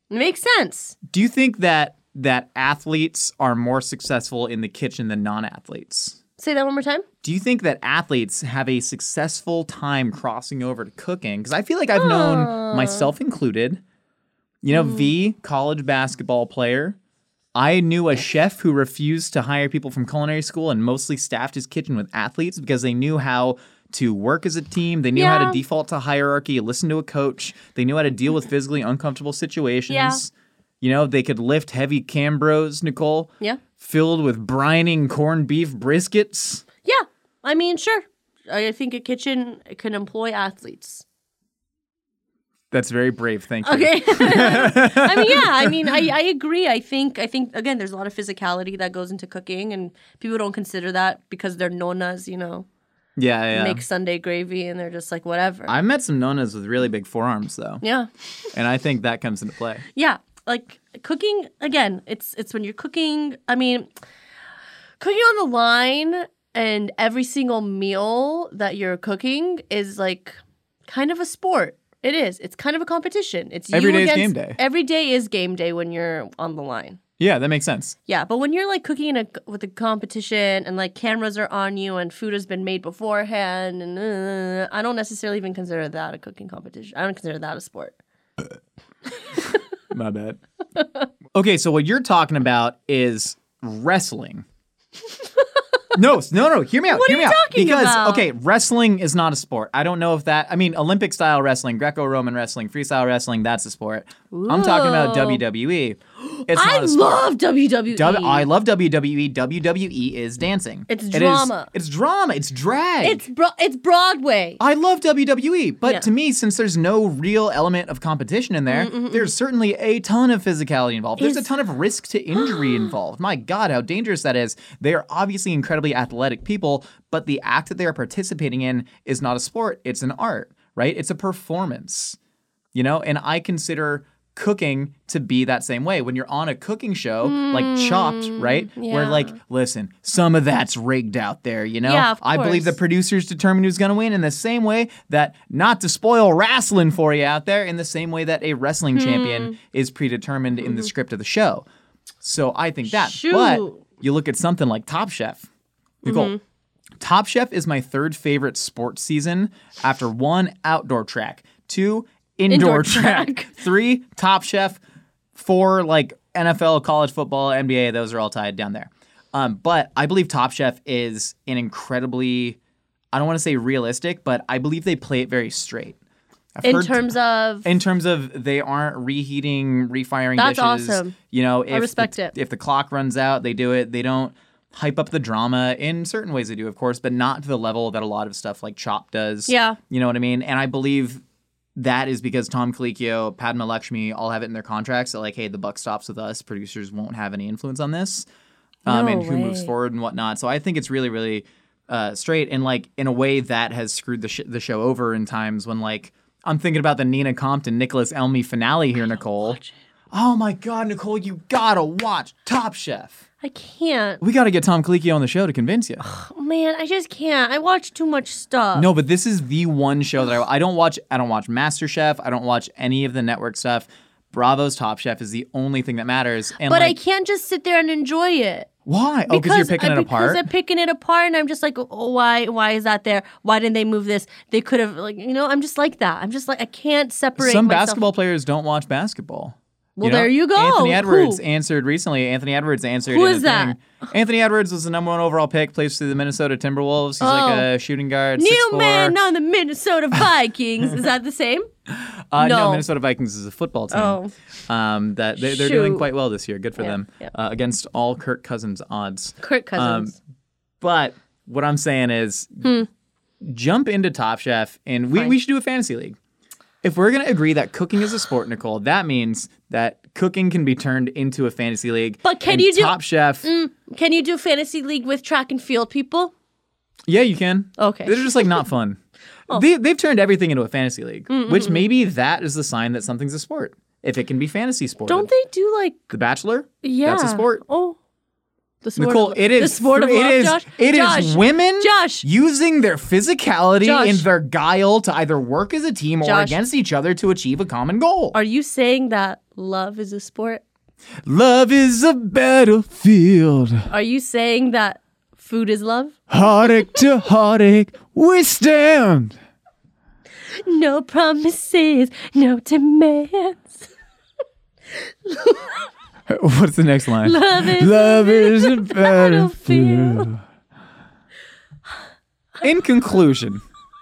Speaker 2: Makes sense.
Speaker 3: Do you think that that athletes are more successful in the kitchen than non-athletes?
Speaker 2: Say that one more time.
Speaker 3: Do you think that athletes have a successful time crossing over to cooking? Because I feel like I've known myself included, you
Speaker 2: Hmm.
Speaker 3: know, V, college basketball player. I knew a chef who refused to hire people from culinary school and mostly staffed his kitchen with athletes because they knew how to work as a team. They knew how
Speaker 2: Yeah.
Speaker 3: to default to hierarchy, listen to a coach. They knew how to deal with physically uncomfortable situations. You know, they could lift heavy cambros, Nicole.
Speaker 2: Yeah.
Speaker 3: Filled with brining corned beef briskets.
Speaker 2: Yeah. I mean, sure. I think a kitchen can employ athletes.
Speaker 3: That's very brave. Thank you.
Speaker 2: Okay. I mean, yeah. I mean, I, I agree. I think I think again, there's a lot of physicality that goes into cooking, and people don't consider that because they're nonas, you know,
Speaker 3: Yeah, yeah.
Speaker 2: make Sunday gravy, and they're just like whatever.
Speaker 3: I met some nonas with really big forearms though,
Speaker 2: yeah.
Speaker 3: and I think that comes into play.
Speaker 2: yeah like cooking again it's it's when you're cooking i mean cooking on the line and every single meal that you're cooking is like kind of a sport it is it's kind of a competition it's
Speaker 3: Every
Speaker 2: you
Speaker 3: day is
Speaker 2: against,
Speaker 3: game day.
Speaker 2: every day is game day when you're on the line
Speaker 3: Yeah, that makes sense.
Speaker 2: yeah but when you're like cooking in a, with a competition and like cameras are on you and food has been made beforehand and uh, i don't necessarily even consider that a cooking competition i don't consider that a sport
Speaker 3: My bad. okay, so what you're talking about is wrestling. no, no, no. Hear me out. What hear
Speaker 2: are
Speaker 3: me
Speaker 2: you
Speaker 3: out.
Speaker 2: talking
Speaker 3: because,
Speaker 2: about?
Speaker 3: okay, wrestling is not a sport. I don't know if that. I mean, Olympic style wrestling, Greco-Roman wrestling, freestyle wrestling. That's a sport. I'm talking about WWE. It's
Speaker 2: i
Speaker 3: not a sport.
Speaker 2: love E. wwe
Speaker 3: W- E. I love WWE. WWE is dancing.
Speaker 2: It's
Speaker 3: It is-
Speaker 2: drama.
Speaker 3: it's drama. It's drag.
Speaker 2: It's bro- it's Broadway.
Speaker 3: I love WWE, but
Speaker 2: Yeah.
Speaker 3: to me, since there's no real element of competition in there, there's certainly a ton of physicality involved. There's a
Speaker 2: Is-
Speaker 3: ton of risk to injury involved. My God, how dangerous that is. They are obviously incredibly athletic people, but the act that they are participating in is not a sport, it's an art, right? It's a performance, you know? And I consider cooking to be that same way. When you're on a cooking show, like Chopped, right? Where,
Speaker 2: Mm, yeah.
Speaker 3: like, listen, some of that's rigged out there, you know?
Speaker 2: Yeah, of
Speaker 3: I believe the
Speaker 2: course.
Speaker 3: producers determine who's going to win in the same way that not to spoil wrestling for you out there in the same way that a wrestling
Speaker 2: Hmm.
Speaker 3: champion is predetermined in the script of the show. So I think that.
Speaker 2: Mm-hmm.
Speaker 3: But
Speaker 2: Shoot. Mm-hmm.
Speaker 3: you look at something like Top Chef. Nicole, Top Chef is my third favorite sports season after one outdoor track, two indoor,
Speaker 2: Indoor
Speaker 3: track.
Speaker 2: track.
Speaker 3: three Top Chef, four like NFL, college football, NBA. Those are all tied down there. Um, but I believe Top Chef is an incredibly, I don't want to say realistic, but I believe they play it very straight. I've
Speaker 2: in
Speaker 3: heard-
Speaker 2: terms of
Speaker 3: in terms of they aren't reheating, refiring
Speaker 2: That's
Speaker 3: dishes.
Speaker 2: awesome.
Speaker 3: You know, if the-
Speaker 2: respect it.
Speaker 3: If the clock runs out, they do it. They don't hype up the drama in certain ways they do, of course, but not to the level that a lot of stuff like Chop does.
Speaker 2: Yeah.
Speaker 3: You know what I mean? And I believe that is because Tom Colicchio, Padma Lakshmi all have it in their contracts that like, hey, the buck stops with us. Producers won't have any influence on this. Um,
Speaker 2: No
Speaker 3: and who moves
Speaker 2: way.
Speaker 3: forward and whatnot. So I think it's really, really uh, straight and like in a way that has screwed the sh- the show over in times when like I'm thinking about the Nina Compton Nicholas Elmy finale here, Nicole. Oh my God, Nicole, you gotta watch Top Chef.
Speaker 2: I can't.
Speaker 3: We gotta get Tom Colicchio on the show to convince you.
Speaker 2: Man, I just can't. I watch too much stuff.
Speaker 3: No, but this is the one show that I, I don't watch. I don't watch MasterChef. I don't watch any of the network stuff. Bravo's Top Chef is the only thing that matters. And
Speaker 2: but I
Speaker 3: like,
Speaker 2: can't just sit there and enjoy it.
Speaker 3: why? Oh, because you're picking
Speaker 2: I-
Speaker 3: it apart.
Speaker 2: Because I'm picking it apart, and I'm just like, oh, why? Why is that there? Why didn't they move this? They could have, like, you know. I'm just like that. I'm just like, I can't separate.
Speaker 3: Some
Speaker 2: myself.
Speaker 3: basketball players don't watch basketball.
Speaker 2: Well, there you go.
Speaker 3: Anthony Edwards
Speaker 2: Who?
Speaker 3: answered recently. Anthony Edwards answered.
Speaker 2: Who
Speaker 3: in
Speaker 2: is
Speaker 3: the thing. Anthony Edwards was the number one overall pick. Plays for the Minnesota Timberwolves. He's like
Speaker 2: Oh.
Speaker 3: a shooting guard.
Speaker 2: New
Speaker 3: 6'4".
Speaker 2: man on the Minnesota Vikings. is that the same?
Speaker 3: Uh, no.
Speaker 2: No.
Speaker 3: Minnesota Vikings is a football team.
Speaker 2: Oh.
Speaker 3: Um, that they, they're doing
Speaker 2: Shoot.
Speaker 3: quite well this year. Good for them.
Speaker 2: yeah.
Speaker 3: Uh, against all Kirk Cousins odds.
Speaker 2: Kirk Cousins.
Speaker 3: Um, But what I'm saying is,
Speaker 2: Hmm.
Speaker 3: jump into Top Chef, and we, we should do a fantasy league. If we're gonna agree that cooking is a sport, Nicole, that means that cooking can be turned into a fantasy league.
Speaker 2: But can
Speaker 3: and
Speaker 2: you do- Mm.
Speaker 3: Top Chef?
Speaker 2: Can you do fantasy league with track and field people?
Speaker 3: Yeah, you can.
Speaker 2: Okay. Oh.
Speaker 3: They're just like not fun. They, they've turned everything into a fantasy league,
Speaker 2: Mm,
Speaker 3: which maybe that is the sign that something's a sport. If it can be fantasy sport,
Speaker 2: Don't they do like
Speaker 3: The Bachelor?
Speaker 2: yeah?
Speaker 3: That's a sport.
Speaker 2: Oh, the sport.
Speaker 3: Nicole,
Speaker 2: of,
Speaker 3: it is
Speaker 2: the sport of
Speaker 3: it
Speaker 2: love.
Speaker 3: is-
Speaker 2: Josh.
Speaker 3: it is
Speaker 2: Josh.
Speaker 3: women
Speaker 2: Josh.
Speaker 3: using their physicality
Speaker 2: Josh.
Speaker 3: and their guile to either work as a team or
Speaker 2: Josh.
Speaker 3: against each other to achieve a common goal.
Speaker 2: Are you saying that love is a sport?
Speaker 3: Love is a battlefield,
Speaker 2: Are you saying that food is love?
Speaker 3: heartache to heartache, we stand.
Speaker 2: No promises, no demands.
Speaker 3: What's the next line?
Speaker 2: Love is
Speaker 3: Love is a
Speaker 2: battlefield.
Speaker 3: In conclusion,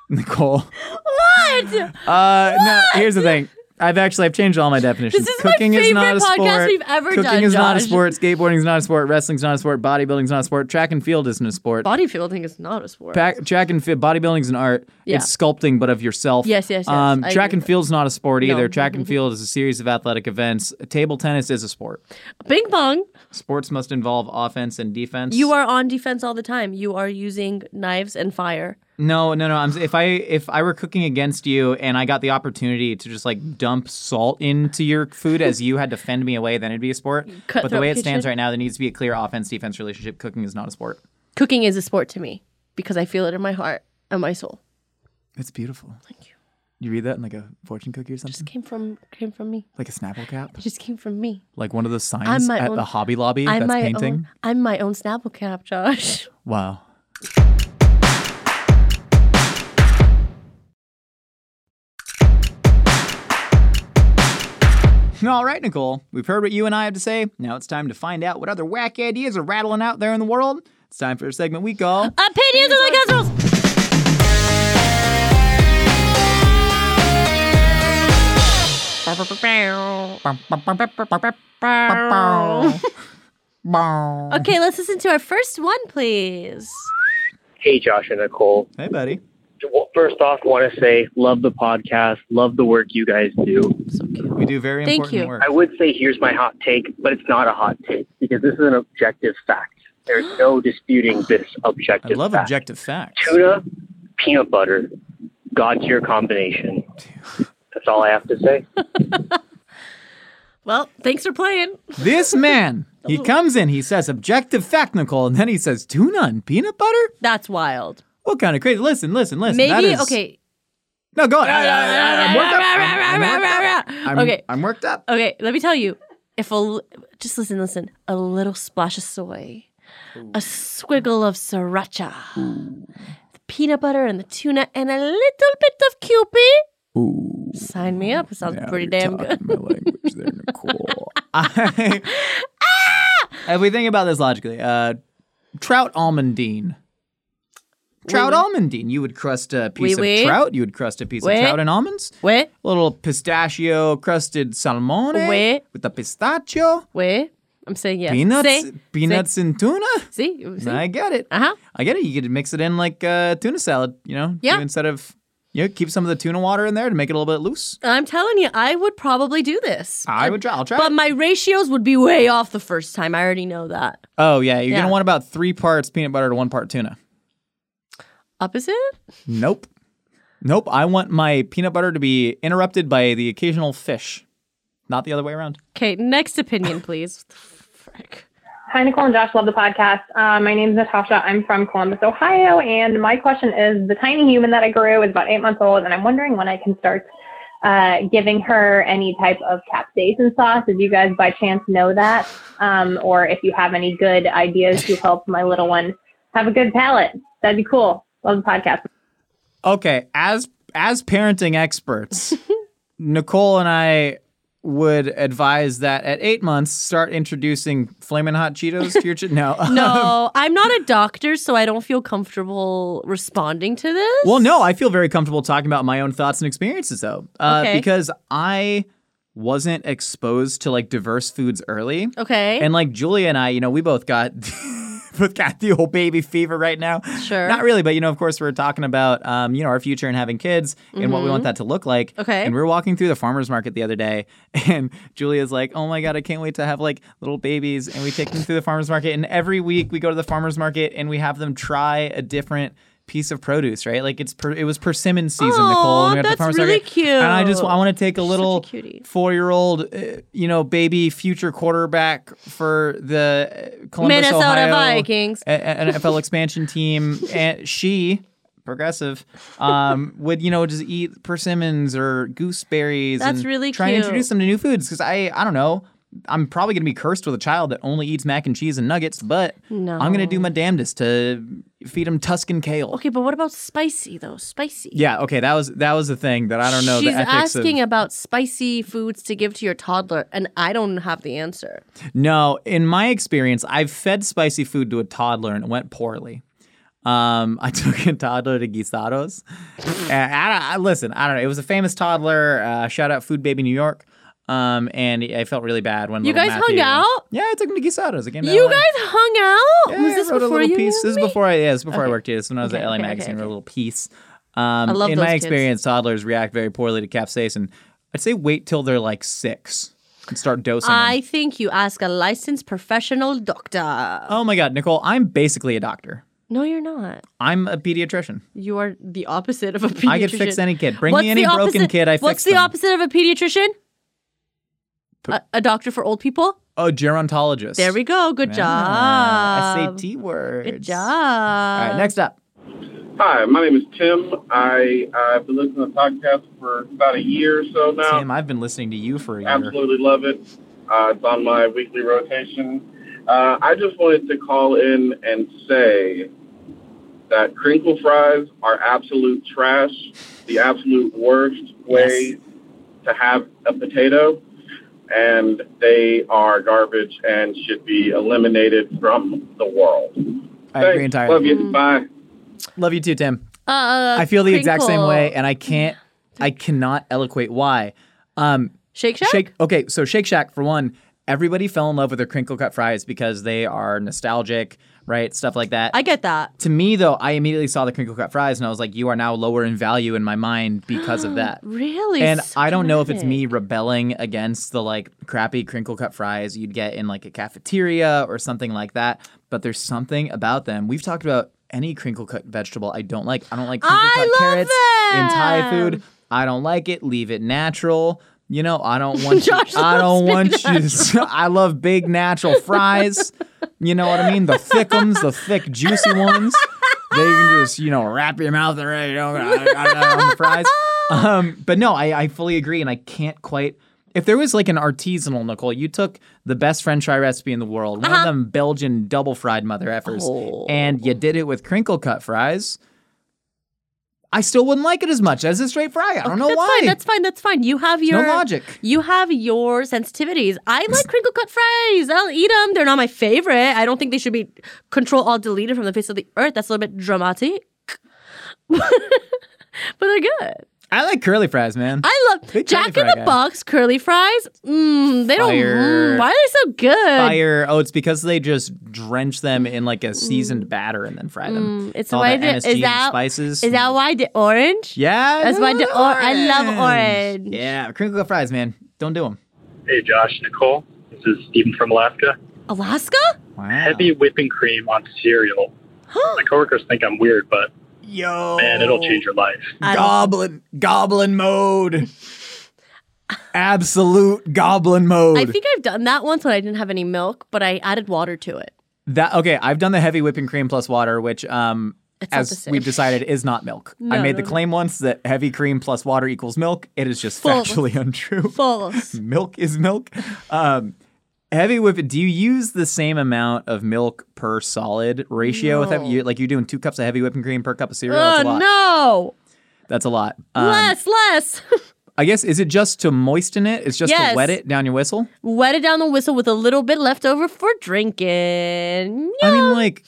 Speaker 3: Nicole.
Speaker 2: What?
Speaker 3: Uh, no, here's the thing. I've actually I've changed all my definitions.
Speaker 2: This is my
Speaker 3: Cooking is not a
Speaker 2: favorite
Speaker 3: sport.
Speaker 2: podcast we've ever
Speaker 3: Cooking
Speaker 2: done,
Speaker 3: is not a
Speaker 2: Josh.
Speaker 3: sport. Skateboarding is not a sport. Wrestling's not a sport. Bodybuilding's not a sport. Track and field isn't a sport.
Speaker 2: Bodybuilding is not a sport.
Speaker 3: Pack, track and field, bodybuilding's an art.
Speaker 2: Yeah.
Speaker 3: It's sculpting, but of yourself.
Speaker 2: Yes, yes, yes.
Speaker 3: Um,
Speaker 2: I
Speaker 3: track
Speaker 2: agree
Speaker 3: and
Speaker 2: with
Speaker 3: field's not a sport either.
Speaker 2: No.
Speaker 3: Track and field is a series of athletic events. Table tennis is a sport.
Speaker 2: Bing bong.
Speaker 3: Sports must involve offense and defense.
Speaker 2: You are on defense all the time. You are using knives and fire.
Speaker 3: No, no, no. I'm, if I if I were cooking against you and I got the opportunity to just like dump salt into your food as you had to fend me away, then it'd be a sport. but the
Speaker 2: Cutthroat
Speaker 3: way it stands
Speaker 2: kitchen.
Speaker 3: right now, there needs to be a clear offense defense relationship. Cooking is not a sport.
Speaker 2: Cooking is a sport to me because I feel it in my heart and my soul.
Speaker 3: It's beautiful.
Speaker 2: Thank you.
Speaker 3: You read that in like a fortune cookie or something,
Speaker 2: Just came from came from me.
Speaker 3: like a Snapple cap,
Speaker 2: It just came from me.
Speaker 3: like one of those signs
Speaker 2: my
Speaker 3: at
Speaker 2: own-
Speaker 3: the Hobby Lobby
Speaker 2: I'm
Speaker 3: that's
Speaker 2: my
Speaker 3: painting.
Speaker 2: own. I'm my own Snapple cap, Josh.
Speaker 3: Wow. All right, Nicole, we've heard what you and I have to say. Now it's time to find out what other wacky ideas are rattling out there in the world. It's time for a segment we call
Speaker 2: Opinions of the Cosmos. Okay, let's listen to our first one, please.
Speaker 5: Hey, Josh and Nicole.
Speaker 3: Hey, buddy.
Speaker 5: Well, first off, want to say love the podcast, love the work you guys do.
Speaker 2: So cute.
Speaker 3: We do very
Speaker 2: Thank
Speaker 3: important
Speaker 2: you.
Speaker 3: work.
Speaker 5: I would say here's my hot take, but it's not a hot take because this is an objective fact. There's no disputing this
Speaker 3: I
Speaker 5: objective
Speaker 3: love
Speaker 5: fact.
Speaker 3: objective facts.
Speaker 5: Tuna, peanut butter, god tier combination. That's all I have to say.
Speaker 2: Well, thanks for playing.
Speaker 3: This man, he comes in, he says objective fact, Nicole, and then he says tuna and peanut butter?
Speaker 2: That's wild.
Speaker 3: What kind of crazy? Listen, listen, listen. that
Speaker 2: Maybe
Speaker 3: is-
Speaker 2: okay.
Speaker 3: No, go on. I- I- I'm worked up. I'm- I'm worked up. I'm-
Speaker 2: Okay.
Speaker 3: I'm worked up.
Speaker 2: Okay, let me tell you. If a l- just listen, listen. A little splash of soy, a squiggle of sriracha, the peanut butter and the tuna, and a little bit of Cupid. Sign me up. It sounds pretty damn good.
Speaker 3: language there, Nicole.
Speaker 2: Ah!
Speaker 3: I, if we think about this logically, uh, trout almondine. Trout almondine. You would crust a piece
Speaker 2: Oui, oui.
Speaker 3: of trout. You would crust a piece
Speaker 2: Oui.
Speaker 3: of trout and almonds.
Speaker 2: Wait,
Speaker 3: A little pistachio crusted salmone
Speaker 2: Oui.
Speaker 3: with a pistachio,
Speaker 2: wait. I'm saying yes.
Speaker 3: peanuts,
Speaker 2: See,
Speaker 3: peanuts and tuna.
Speaker 2: see, see.
Speaker 3: I get it.
Speaker 2: Uh huh.
Speaker 3: I get it. You could mix it in like uh, tuna salad, you know?
Speaker 2: Yeah.
Speaker 3: Do Instead of, you know, keep some of the tuna water in there to make it a little bit loose.
Speaker 2: I'm telling you, I would probably do this.
Speaker 3: I would try. I'll try.
Speaker 2: Uh, But
Speaker 3: it.
Speaker 2: my ratios would be way off the first time. I already know that.
Speaker 3: oh, yeah. You're going
Speaker 2: Yeah.
Speaker 3: to want about three parts peanut butter to one part tuna.
Speaker 2: Opposite?
Speaker 3: Nope. Nope. I want my peanut butter to be interrupted by the occasional fish, not the other way around.
Speaker 2: Okay, next opinion, please. Frick.
Speaker 6: Hi, Nicole and Josh. Love the podcast. Uh, my name is Natasha. I'm from Columbus, Ohio. And my question is the tiny human that I grew is about eight months old, and I'm wondering when I can start uh, giving her any type of capsaicin sauce. If you guys by chance know that, um, or if you have any good ideas to help my little one have a good palate, that'd be cool. Love the podcast.
Speaker 3: Okay, as as parenting experts, Nicole and I would advise that at eight months, start introducing flaming hot Cheetos to your ch- no.
Speaker 2: No, I'm not a doctor, so I don't feel comfortable responding to this.
Speaker 3: Well, no, I feel very comfortable talking about my own thoughts and experiences though, uh,
Speaker 2: Okay.
Speaker 3: because I wasn't exposed to like diverse foods early.
Speaker 2: Okay.
Speaker 3: And like Julia and I, you know, we both got both got the old baby fever right now.
Speaker 2: Sure.
Speaker 3: Not really, but you know, of course, we're talking about um, you know, our future and having kids and what we want that to look like.
Speaker 2: Mm-hmm. Okay.
Speaker 3: And we were walking through the farmers market the other day, and Julia's like, "Oh my god, I can't wait to have like little babies." And we take them through the farmers market, and every week we go to the farmers market and we have them try a different piece of produce, right? Like it's per- it was persimmon season, Nicole.
Speaker 2: Aw,
Speaker 3: And we were at the
Speaker 2: that's
Speaker 3: farmers
Speaker 2: really
Speaker 3: market, And I just I
Speaker 2: cute.
Speaker 3: want to take a little
Speaker 2: cutie.
Speaker 3: four-year-old, uh, you know, baby future quarterback for the uh, Columbus,
Speaker 2: Minnesota
Speaker 3: Ohio,
Speaker 2: Vikings.
Speaker 3: a- a- an NFL expansion team, and she. Progressive, um, would you know just eat persimmons or gooseberries?
Speaker 2: That's
Speaker 3: and
Speaker 2: really
Speaker 3: try
Speaker 2: cute.
Speaker 3: and introduce them to new foods because I I don't know I'm probably gonna be cursed with a child that only eats mac and cheese and nuggets, but I'm gonna do my damnedest to feed him Tuscan kale.
Speaker 2: Okay, but what about spicy though? Spicy.
Speaker 3: Yeah, okay, that was that was the thing that I don't know.
Speaker 2: She's
Speaker 3: the ethics of-
Speaker 2: asking about spicy foods to give to your toddler, and I don't have the answer.
Speaker 3: No, in my experience, I've fed spicy food to a toddler and it went poorly. Um, I took a toddler to Guisados. and I, don't- I- listen, I don't know. It was a famous toddler. Uh, shout out Food Baby New York. Um, and I felt really bad when
Speaker 2: You
Speaker 3: little
Speaker 2: guys
Speaker 3: Matthew-
Speaker 2: hung out?
Speaker 3: Yeah, I took him to Guisados again.
Speaker 2: You guys hung out?
Speaker 3: yeah,
Speaker 2: was this
Speaker 3: I wrote a
Speaker 2: before
Speaker 3: little
Speaker 2: you?
Speaker 3: piece.
Speaker 2: knew
Speaker 3: This
Speaker 2: me?
Speaker 3: is before I yeah, this is before I worked here. This is when I was
Speaker 2: Okay,
Speaker 3: at LA
Speaker 2: okay, okay,
Speaker 3: Magazine, wrote
Speaker 2: okay.
Speaker 3: a little piece. Um,
Speaker 2: I love
Speaker 3: in
Speaker 2: those
Speaker 3: my
Speaker 2: kids.
Speaker 3: experience, toddlers react very poorly to capsaicin. I'd say wait till they're like six and start dosing. them.
Speaker 2: I think you ask a licensed professional doctor.
Speaker 3: Oh my God, Nicole, I'm basically a doctor.
Speaker 2: No, you're not.
Speaker 3: I'm a pediatrician.
Speaker 2: You are the opposite of a pediatrician.
Speaker 3: I could fix any kid. Bring
Speaker 2: What's
Speaker 3: me any
Speaker 2: the
Speaker 3: broken
Speaker 2: opposite-
Speaker 3: kid. I
Speaker 2: What's
Speaker 3: fix
Speaker 2: the
Speaker 3: them.
Speaker 2: opposite of a pediatrician? A, a doctor for old people.
Speaker 3: oh, gerontologist.
Speaker 2: There we go. Good job.
Speaker 3: SAT words.
Speaker 2: Good job.
Speaker 3: All right, next up.
Speaker 7: Hi, my name is Tim. I I've been listening to the podcast for about a year or so now.
Speaker 3: Tim, I've been listening to you for a year.
Speaker 7: Absolutely love it. Uh, it's on my weekly rotation. Uh, I just wanted to call in and say that crinkle fries are absolute trash, the absolute worst way
Speaker 3: Yes.
Speaker 7: to have a potato, and they are garbage and should be eliminated from the world.
Speaker 3: I agree
Speaker 7: Thanks.
Speaker 3: entirely.
Speaker 7: Love you. Bye.
Speaker 3: Love you too, Tim.
Speaker 2: Uh,
Speaker 3: I feel the exact same
Speaker 2: crinkle.
Speaker 3: way, and I can't, I cannot eloquate why. Um,
Speaker 2: Shake Shack.
Speaker 3: Shake. Okay, so Shake Shack for one. Everybody fell in love with their crinkle cut fries because they are nostalgic, right? Stuff like that.
Speaker 2: I get that.
Speaker 3: to me though, I immediately saw the crinkle cut fries and I was like, you are now lower in value in my mind because of that.
Speaker 2: Really.
Speaker 3: And I don't know if it's
Speaker 2: schematic.
Speaker 3: me rebelling against the like crappy crinkle cut fries you'd get in like a cafeteria or something like that, but there's something about them. We've talked about any crinkle cut vegetable I don't like. I don't like crinkle
Speaker 2: I
Speaker 3: cut
Speaker 2: love
Speaker 3: carrots in Thai
Speaker 2: them.
Speaker 3: food. I don't like it. Leave it natural. You know, I don't want you.
Speaker 2: Josh
Speaker 3: I don't want
Speaker 2: loves big
Speaker 3: you. I love big natural fries. you know what I mean? The thickums, the thick juicy ones. They can just you know wrap your mouth around you know, on the fries. Um, but no, I, I fully agree, and I can't quite. If there was like an artisanal Nicole, you took the best French fry recipe in the world,
Speaker 2: Uh-huh.
Speaker 3: one of them Belgian double fried mother effers, and
Speaker 2: Oh.
Speaker 3: you did it with crinkle cut fries. I still wouldn't like it as much as a straight fry. I don't know
Speaker 2: that's
Speaker 3: why.
Speaker 2: fine. That's fine. That's fine. You have
Speaker 3: no
Speaker 2: your
Speaker 3: logic.
Speaker 2: You have your sensitivities. I like crinkle cut fries. I'll eat them. They're not my favorite. I don't think they should be control all deleted from the face of the earth. That's a little bit dramatic, but they're good.
Speaker 3: I like curly fries, man.
Speaker 2: I love
Speaker 3: Big
Speaker 2: Jack
Speaker 3: curly
Speaker 2: in
Speaker 3: fry
Speaker 2: the
Speaker 3: guy.
Speaker 2: Box curly fries. Mmm, they don't.
Speaker 3: Fire.
Speaker 2: Mm, why are they so good?
Speaker 3: fire. Oh, it's because they just drench them in like a seasoned batter and then fry
Speaker 2: Mm,
Speaker 3: them.
Speaker 2: it's
Speaker 3: All
Speaker 2: why
Speaker 3: that
Speaker 2: the-
Speaker 3: MSG
Speaker 2: is that-
Speaker 3: spices.
Speaker 2: Is that why the orange?
Speaker 3: Yeah,
Speaker 2: That's why the or- I love orange.
Speaker 3: Yeah, crinkle cut fries, man. Don't do them.
Speaker 8: Hey, Josh, Nicole. This is Stephen from Alaska.
Speaker 2: Alaska?
Speaker 3: Wow.
Speaker 8: Heavy whipping cream on cereal. My coworkers think I'm weird, but
Speaker 3: Yo,
Speaker 8: man, it'll change your life.
Speaker 2: I-
Speaker 3: Goblin, goblin mode. Absolute goblin mode.
Speaker 2: I think I've done that once when I didn't have any milk, but I added water to it.
Speaker 3: That okay, I've done the heavy whipping cream plus water, which um
Speaker 2: It's not the
Speaker 3: as
Speaker 2: same.
Speaker 3: we've decided is not milk. I
Speaker 2: No,
Speaker 3: made
Speaker 2: no,
Speaker 3: the
Speaker 2: no.
Speaker 3: claim once that heavy cream plus water equals milk. It is just
Speaker 2: False.
Speaker 3: factually untrue.
Speaker 2: False.
Speaker 3: milk is milk. Um Heavy whip. Do you use the same amount of milk per solid ratio? With heavy, you, like you're doing two cups
Speaker 2: Uh,
Speaker 3: of heavy whipping cream per cup of cereal. That's a
Speaker 2: oh
Speaker 3: lot.
Speaker 2: no!
Speaker 3: That's a lot. Um,
Speaker 2: less, less.
Speaker 3: I guess is it just to moisten it? It's just
Speaker 2: Yes.
Speaker 3: to wet it down your whistle.
Speaker 2: Wet it down the whistle with a little bit left over for drinking.
Speaker 3: I mean, like,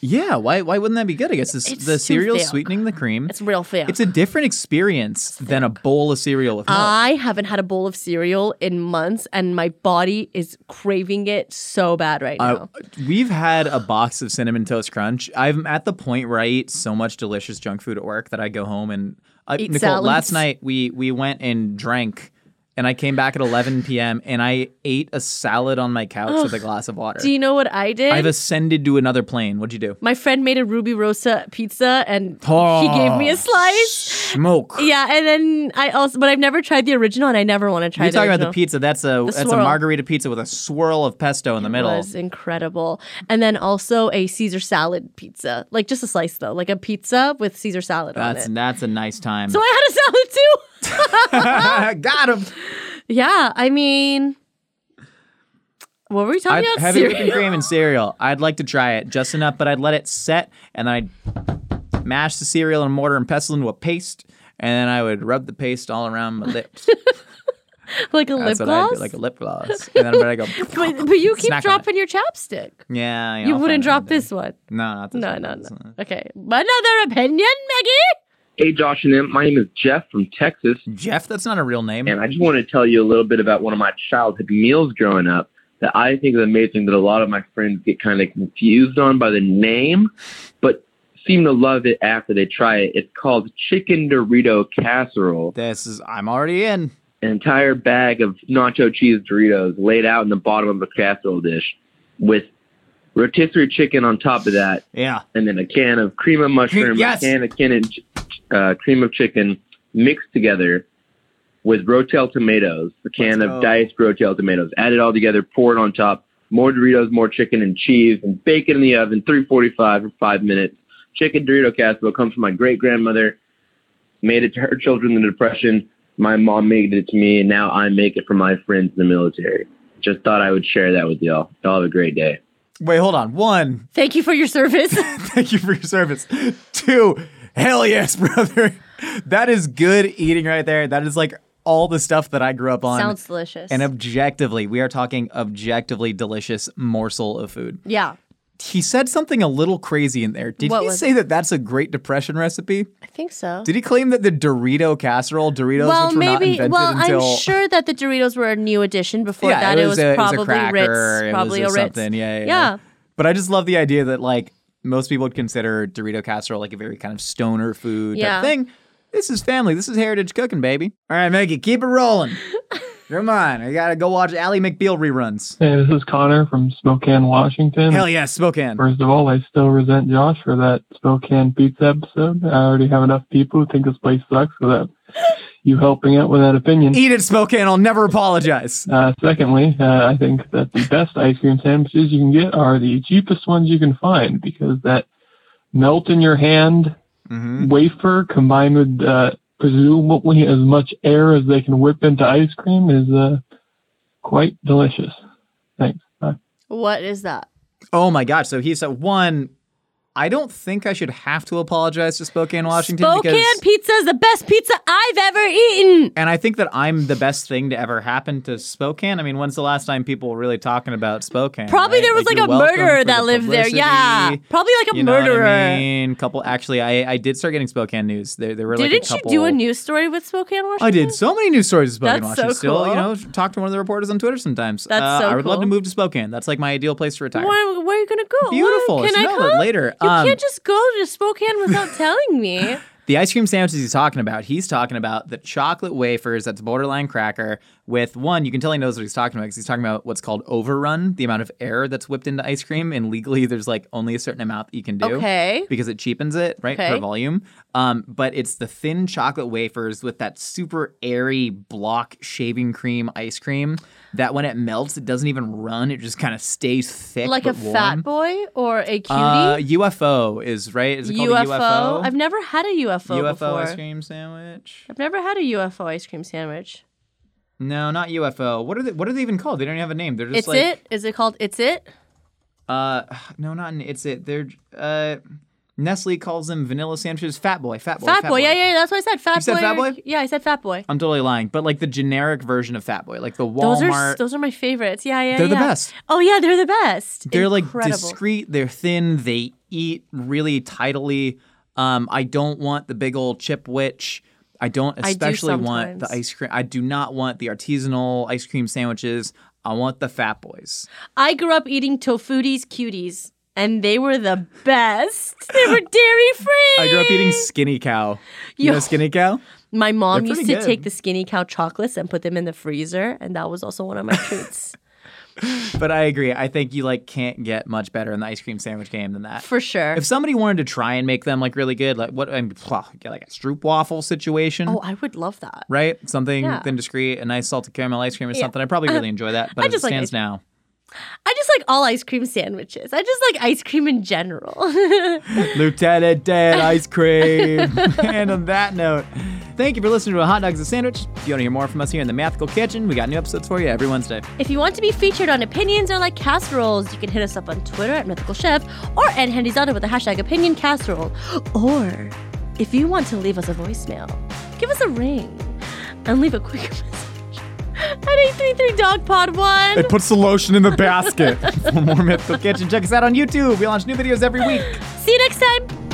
Speaker 3: yeah. Why? Why wouldn't that be good? I guess this,
Speaker 2: It's
Speaker 3: the
Speaker 2: too
Speaker 3: cereal
Speaker 2: thick.
Speaker 3: sweetening the cream.
Speaker 2: It's real fair.
Speaker 3: It's a different experience than a bowl of cereal with milk.
Speaker 2: I haven't had a bowl of cereal in months, and my body is craving it so bad right now.
Speaker 3: Uh, we've had a box of cinnamon toast crunch. I'm at the point where I eat so much delicious junk food at work that I go home and I,
Speaker 2: Eat
Speaker 3: Nicole.
Speaker 2: salads.
Speaker 3: Last night we we went and drank, and I came back at 11 p.m. and I ate a salad on my couch with a glass of water.
Speaker 2: Do you know what I did?
Speaker 3: I've ascended to another plane. What'd you do?
Speaker 2: my friend made a ruby rosa pizza, and he gave
Speaker 3: Oh,
Speaker 2: me a slice.
Speaker 3: Smoke.
Speaker 2: Yeah, and then I also, but I've never tried the original, and I never want to try.
Speaker 3: You're talking about
Speaker 2: original.
Speaker 3: the pizza. That's a that's a
Speaker 2: swirl.
Speaker 3: margarita pizza with a swirl of pesto in the middle.
Speaker 2: was incredible. And then also a Caesar salad pizza, like just a slice though, like a pizza with Caesar salad
Speaker 3: That's
Speaker 2: on it.
Speaker 3: that's a nice time.
Speaker 2: So I had a salad too.
Speaker 3: Got him.
Speaker 2: yeah, I mean, what were we
Speaker 3: I'd
Speaker 2: talking about?
Speaker 3: have it
Speaker 2: Cereal.
Speaker 3: whipping cream and cereal. I'd like to try it just enough, but I'd let it set and then I'd mash the cereal in a mortar and pestle into a paste, and then I would rub the paste all around my lips.
Speaker 2: like a lip
Speaker 3: That's what I'd
Speaker 2: gloss.
Speaker 3: do, like a lip gloss. And then I'd go,
Speaker 2: but, but you keep
Speaker 3: Snack on
Speaker 2: dropping your chapstick.
Speaker 3: yeah.
Speaker 2: You
Speaker 3: I'll
Speaker 2: wouldn't
Speaker 3: find
Speaker 2: drop
Speaker 3: another day.
Speaker 2: this one.
Speaker 3: No, not this
Speaker 2: No,
Speaker 3: one,
Speaker 2: no,
Speaker 3: this
Speaker 2: no.
Speaker 3: one.
Speaker 2: Okay, another opinion, Maggie.
Speaker 9: Hey, Josh and M. My name is Jeff from Texas,
Speaker 3: Jeff, that's not a real name.
Speaker 9: and I just want to tell you a little bit about one of my childhood meals growing up that I think is amazing that a lot of my friends get kind of confused on by the name, but seem to love it after they try it. It's called Chicken Dorito Casserole.
Speaker 3: This is I'm already in.
Speaker 9: an entire bag of nacho cheese Doritos laid out in the bottom of a casserole dish with rotisserie chicken on top of that,
Speaker 3: Yeah.
Speaker 9: and then a can of cream of mushroom,
Speaker 3: Yes.
Speaker 9: a can of can and uh, cream of chicken mixed together with Rotel tomatoes, a can
Speaker 3: Let's
Speaker 9: of
Speaker 3: go.
Speaker 9: diced Rotel tomatoes, add it all together, pour it on top, more Doritos, more chicken and cheese, and bake it in the oven, 345 for five minutes. Chicken Dorito casserole comes from my great grandmother, made it to her children in the Depression. My mom made it to me, and now I make it for my friends in the military. Just thought I would share that with y'all. Y'all have a great day.
Speaker 3: Wait, hold on. One,
Speaker 2: Thank you for your service.
Speaker 3: thank you for your service. Two, hell yes, brother. That is good eating right there. That is like all the stuff that I grew up on.
Speaker 2: Sounds delicious.
Speaker 3: And objectively, we are talking objectively delicious morsel of food.
Speaker 2: yeah,
Speaker 3: He said something a little crazy in there. Did
Speaker 2: What
Speaker 3: he
Speaker 2: was
Speaker 3: say that that's a Great Depression recipe?
Speaker 2: I think so.
Speaker 3: Did he claim that the Dorito casserole, Doritos,
Speaker 2: well,
Speaker 3: which were not
Speaker 2: maybe.
Speaker 3: invented
Speaker 2: Well,
Speaker 3: until
Speaker 2: I'm sure that the Doritos were a new addition. Before
Speaker 3: yeah,
Speaker 2: that,
Speaker 3: it was, a, it was a
Speaker 2: probably
Speaker 3: cracker,
Speaker 2: Ritz,
Speaker 3: it
Speaker 2: probably
Speaker 3: was a
Speaker 2: a Ritz.
Speaker 3: something. Yeah, yeah,
Speaker 2: Yeah.
Speaker 3: But I just love the idea that like most people would consider Dorito casserole like a very kind of stoner food
Speaker 2: Yeah.
Speaker 3: type thing. This is family. This is heritage cooking, baby. All right, Maggie, keep it rolling. Come on, I gotta go watch Ally McBeal reruns.
Speaker 10: Hey, this is Connor from Spokane, Washington.
Speaker 3: Hell yeah, Spokane.
Speaker 10: First of all, I still resent Josh for that Spokane pizza episode. I already have enough people who think this place sucks without you helping out with that opinion.
Speaker 3: Eat it, Spokane. I'll never apologize.
Speaker 10: Uh, secondly, uh, I think that the best ice cream sandwiches you can get are the cheapest ones you can find because that melt in your hand
Speaker 3: Mm-hmm.
Speaker 10: wafer combined with uh, presumably as much air as they can whip into ice cream is uh, quite delicious. Thanks. Bye.
Speaker 2: What is that?
Speaker 3: Oh my gosh. So he's at one. I don't think I should have to apologize to Spokane, Washington.
Speaker 2: Spokane
Speaker 3: because,
Speaker 2: pizza is the best pizza I've ever eaten.
Speaker 3: and I think that I'm the best thing to ever happen to Spokane. I mean, when's the last time people were really talking about Spokane?
Speaker 2: Probably
Speaker 3: right?
Speaker 2: there was like,
Speaker 3: you're
Speaker 2: a
Speaker 3: welcome for
Speaker 2: murderer
Speaker 3: the
Speaker 2: that lived there. Yeah,
Speaker 3: publicity.
Speaker 2: probably like a
Speaker 3: You know
Speaker 2: murderer.
Speaker 3: what I mean? Couple. Actually, I, I did start getting Spokane news. There, there were like
Speaker 2: Didn't
Speaker 3: a couple.
Speaker 2: you do a news story with Spokane, Washington?
Speaker 3: I did so many news stories of Spokane,
Speaker 2: That's
Speaker 3: Washington.
Speaker 2: so
Speaker 3: Still,
Speaker 2: cool.
Speaker 3: you know, talk to one of the reporters on Twitter sometimes.
Speaker 2: That's
Speaker 3: uh,
Speaker 2: so
Speaker 3: I would love
Speaker 2: cool.
Speaker 3: to move to Spokane. That's like my ideal place for retirement.
Speaker 2: Where, where are you gonna go?
Speaker 3: Beautiful.
Speaker 2: Can
Speaker 3: It's
Speaker 2: I
Speaker 3: no,
Speaker 2: come?
Speaker 3: but later.
Speaker 2: You
Speaker 3: Um,
Speaker 2: can't just go to Spokane without telling me.
Speaker 3: The ice cream sandwiches he's talking about, he's talking about the chocolate wafers that's borderline cracker with one, you can tell he knows what he's talking about because he's talking about what's called overrun, the amount of air that's whipped into ice cream. And legally, there's like only a certain amount that you can do
Speaker 2: Okay.
Speaker 3: because it cheapens it, right, per
Speaker 2: Okay.
Speaker 3: volume. Um, but it's the thin chocolate wafers with that super airy block shaving cream ice cream that when it melts, it doesn't even run. It just kind of stays thick.
Speaker 2: Like a
Speaker 3: but warm.
Speaker 2: fat boy or a cutie?
Speaker 3: Uh, UFO is, right? Is it called a UFO?
Speaker 2: I've never had a UFO,
Speaker 3: UFO
Speaker 2: before.
Speaker 3: ice cream sandwich.
Speaker 2: I've never had a UFO ice cream sandwich.
Speaker 3: No, not UFO. What are they? What are they even called? They don't even have a name. They're just
Speaker 2: it's
Speaker 3: like
Speaker 2: it? Is it called It's It?
Speaker 3: uh no, not an it's it. They're uh Nestle calls them vanilla sandwiches. Fat boy, fat boy,
Speaker 2: Fat boy. Yeah, yeah, yeah, that's what I said. Fat
Speaker 3: You said
Speaker 2: boy.
Speaker 3: Fat
Speaker 2: or-
Speaker 3: Boy?
Speaker 2: Yeah, I said fat boy.
Speaker 3: I'm totally lying, but like the generic version of Fat Boy, like the Walmart.
Speaker 2: Those are those are my favorites. Yeah, yeah.
Speaker 3: They're the
Speaker 2: yeah.
Speaker 3: best.
Speaker 2: Oh yeah, they're the best.
Speaker 3: They're like
Speaker 2: Incredible.
Speaker 3: discreet. They're thin. They eat really tidily. Um, I don't want the big old chip witch. I don't
Speaker 2: I do
Speaker 3: especially want the
Speaker 2: sometimes.
Speaker 3: ice cream. I do not want the artisanal ice cream sandwiches. I want the Fat Boys.
Speaker 2: I grew up eating tofutis cuties, and they were the best. They were dairy free.
Speaker 3: I grew up eating Skinny Cow. You
Speaker 2: Yo.
Speaker 3: know Skinny Cow?
Speaker 2: My mom
Speaker 3: They're
Speaker 2: used
Speaker 3: pretty
Speaker 2: to
Speaker 3: good.
Speaker 2: take the skinny cow chocolates and put them in the freezer, and that was also one of my treats.
Speaker 3: But I agree. I think you like can't get much better in the ice cream sandwich game than that.
Speaker 2: For sure.
Speaker 3: If somebody wanted to try and make them like really good, like what I mean, get like a stroop waffle situation.
Speaker 2: Oh, I would love that.
Speaker 3: right? Something
Speaker 2: Yeah.
Speaker 3: thin discreet, a nice salted caramel ice cream or
Speaker 2: Yeah.
Speaker 3: something. I probably really enjoy that, but
Speaker 2: I
Speaker 3: as it
Speaker 2: just like
Speaker 3: stands
Speaker 2: ice cream.
Speaker 3: now,
Speaker 2: I just like all ice cream sandwiches. I just like ice cream in general.
Speaker 3: Lieutenant Dan ice cream. and on that note, thank you for listening to a Hot Dogs a Sandwich. If you want to hear more from us here in the Mathical Kitchen, we got new episodes for you every Wednesday.
Speaker 2: If you want to be featured on opinions or like casseroles, you can hit us up on Twitter at Mythical Chef or at Handysada with the hashtag opinion casserole. Or if you want to leave us a voicemail, give us a ring and leave a quick message at 833 Dog Pod 1.
Speaker 3: puts the lotion in the basket. for more Mythical Kitchen, check us out on YouTube. We launch new videos every week.
Speaker 2: See you next time.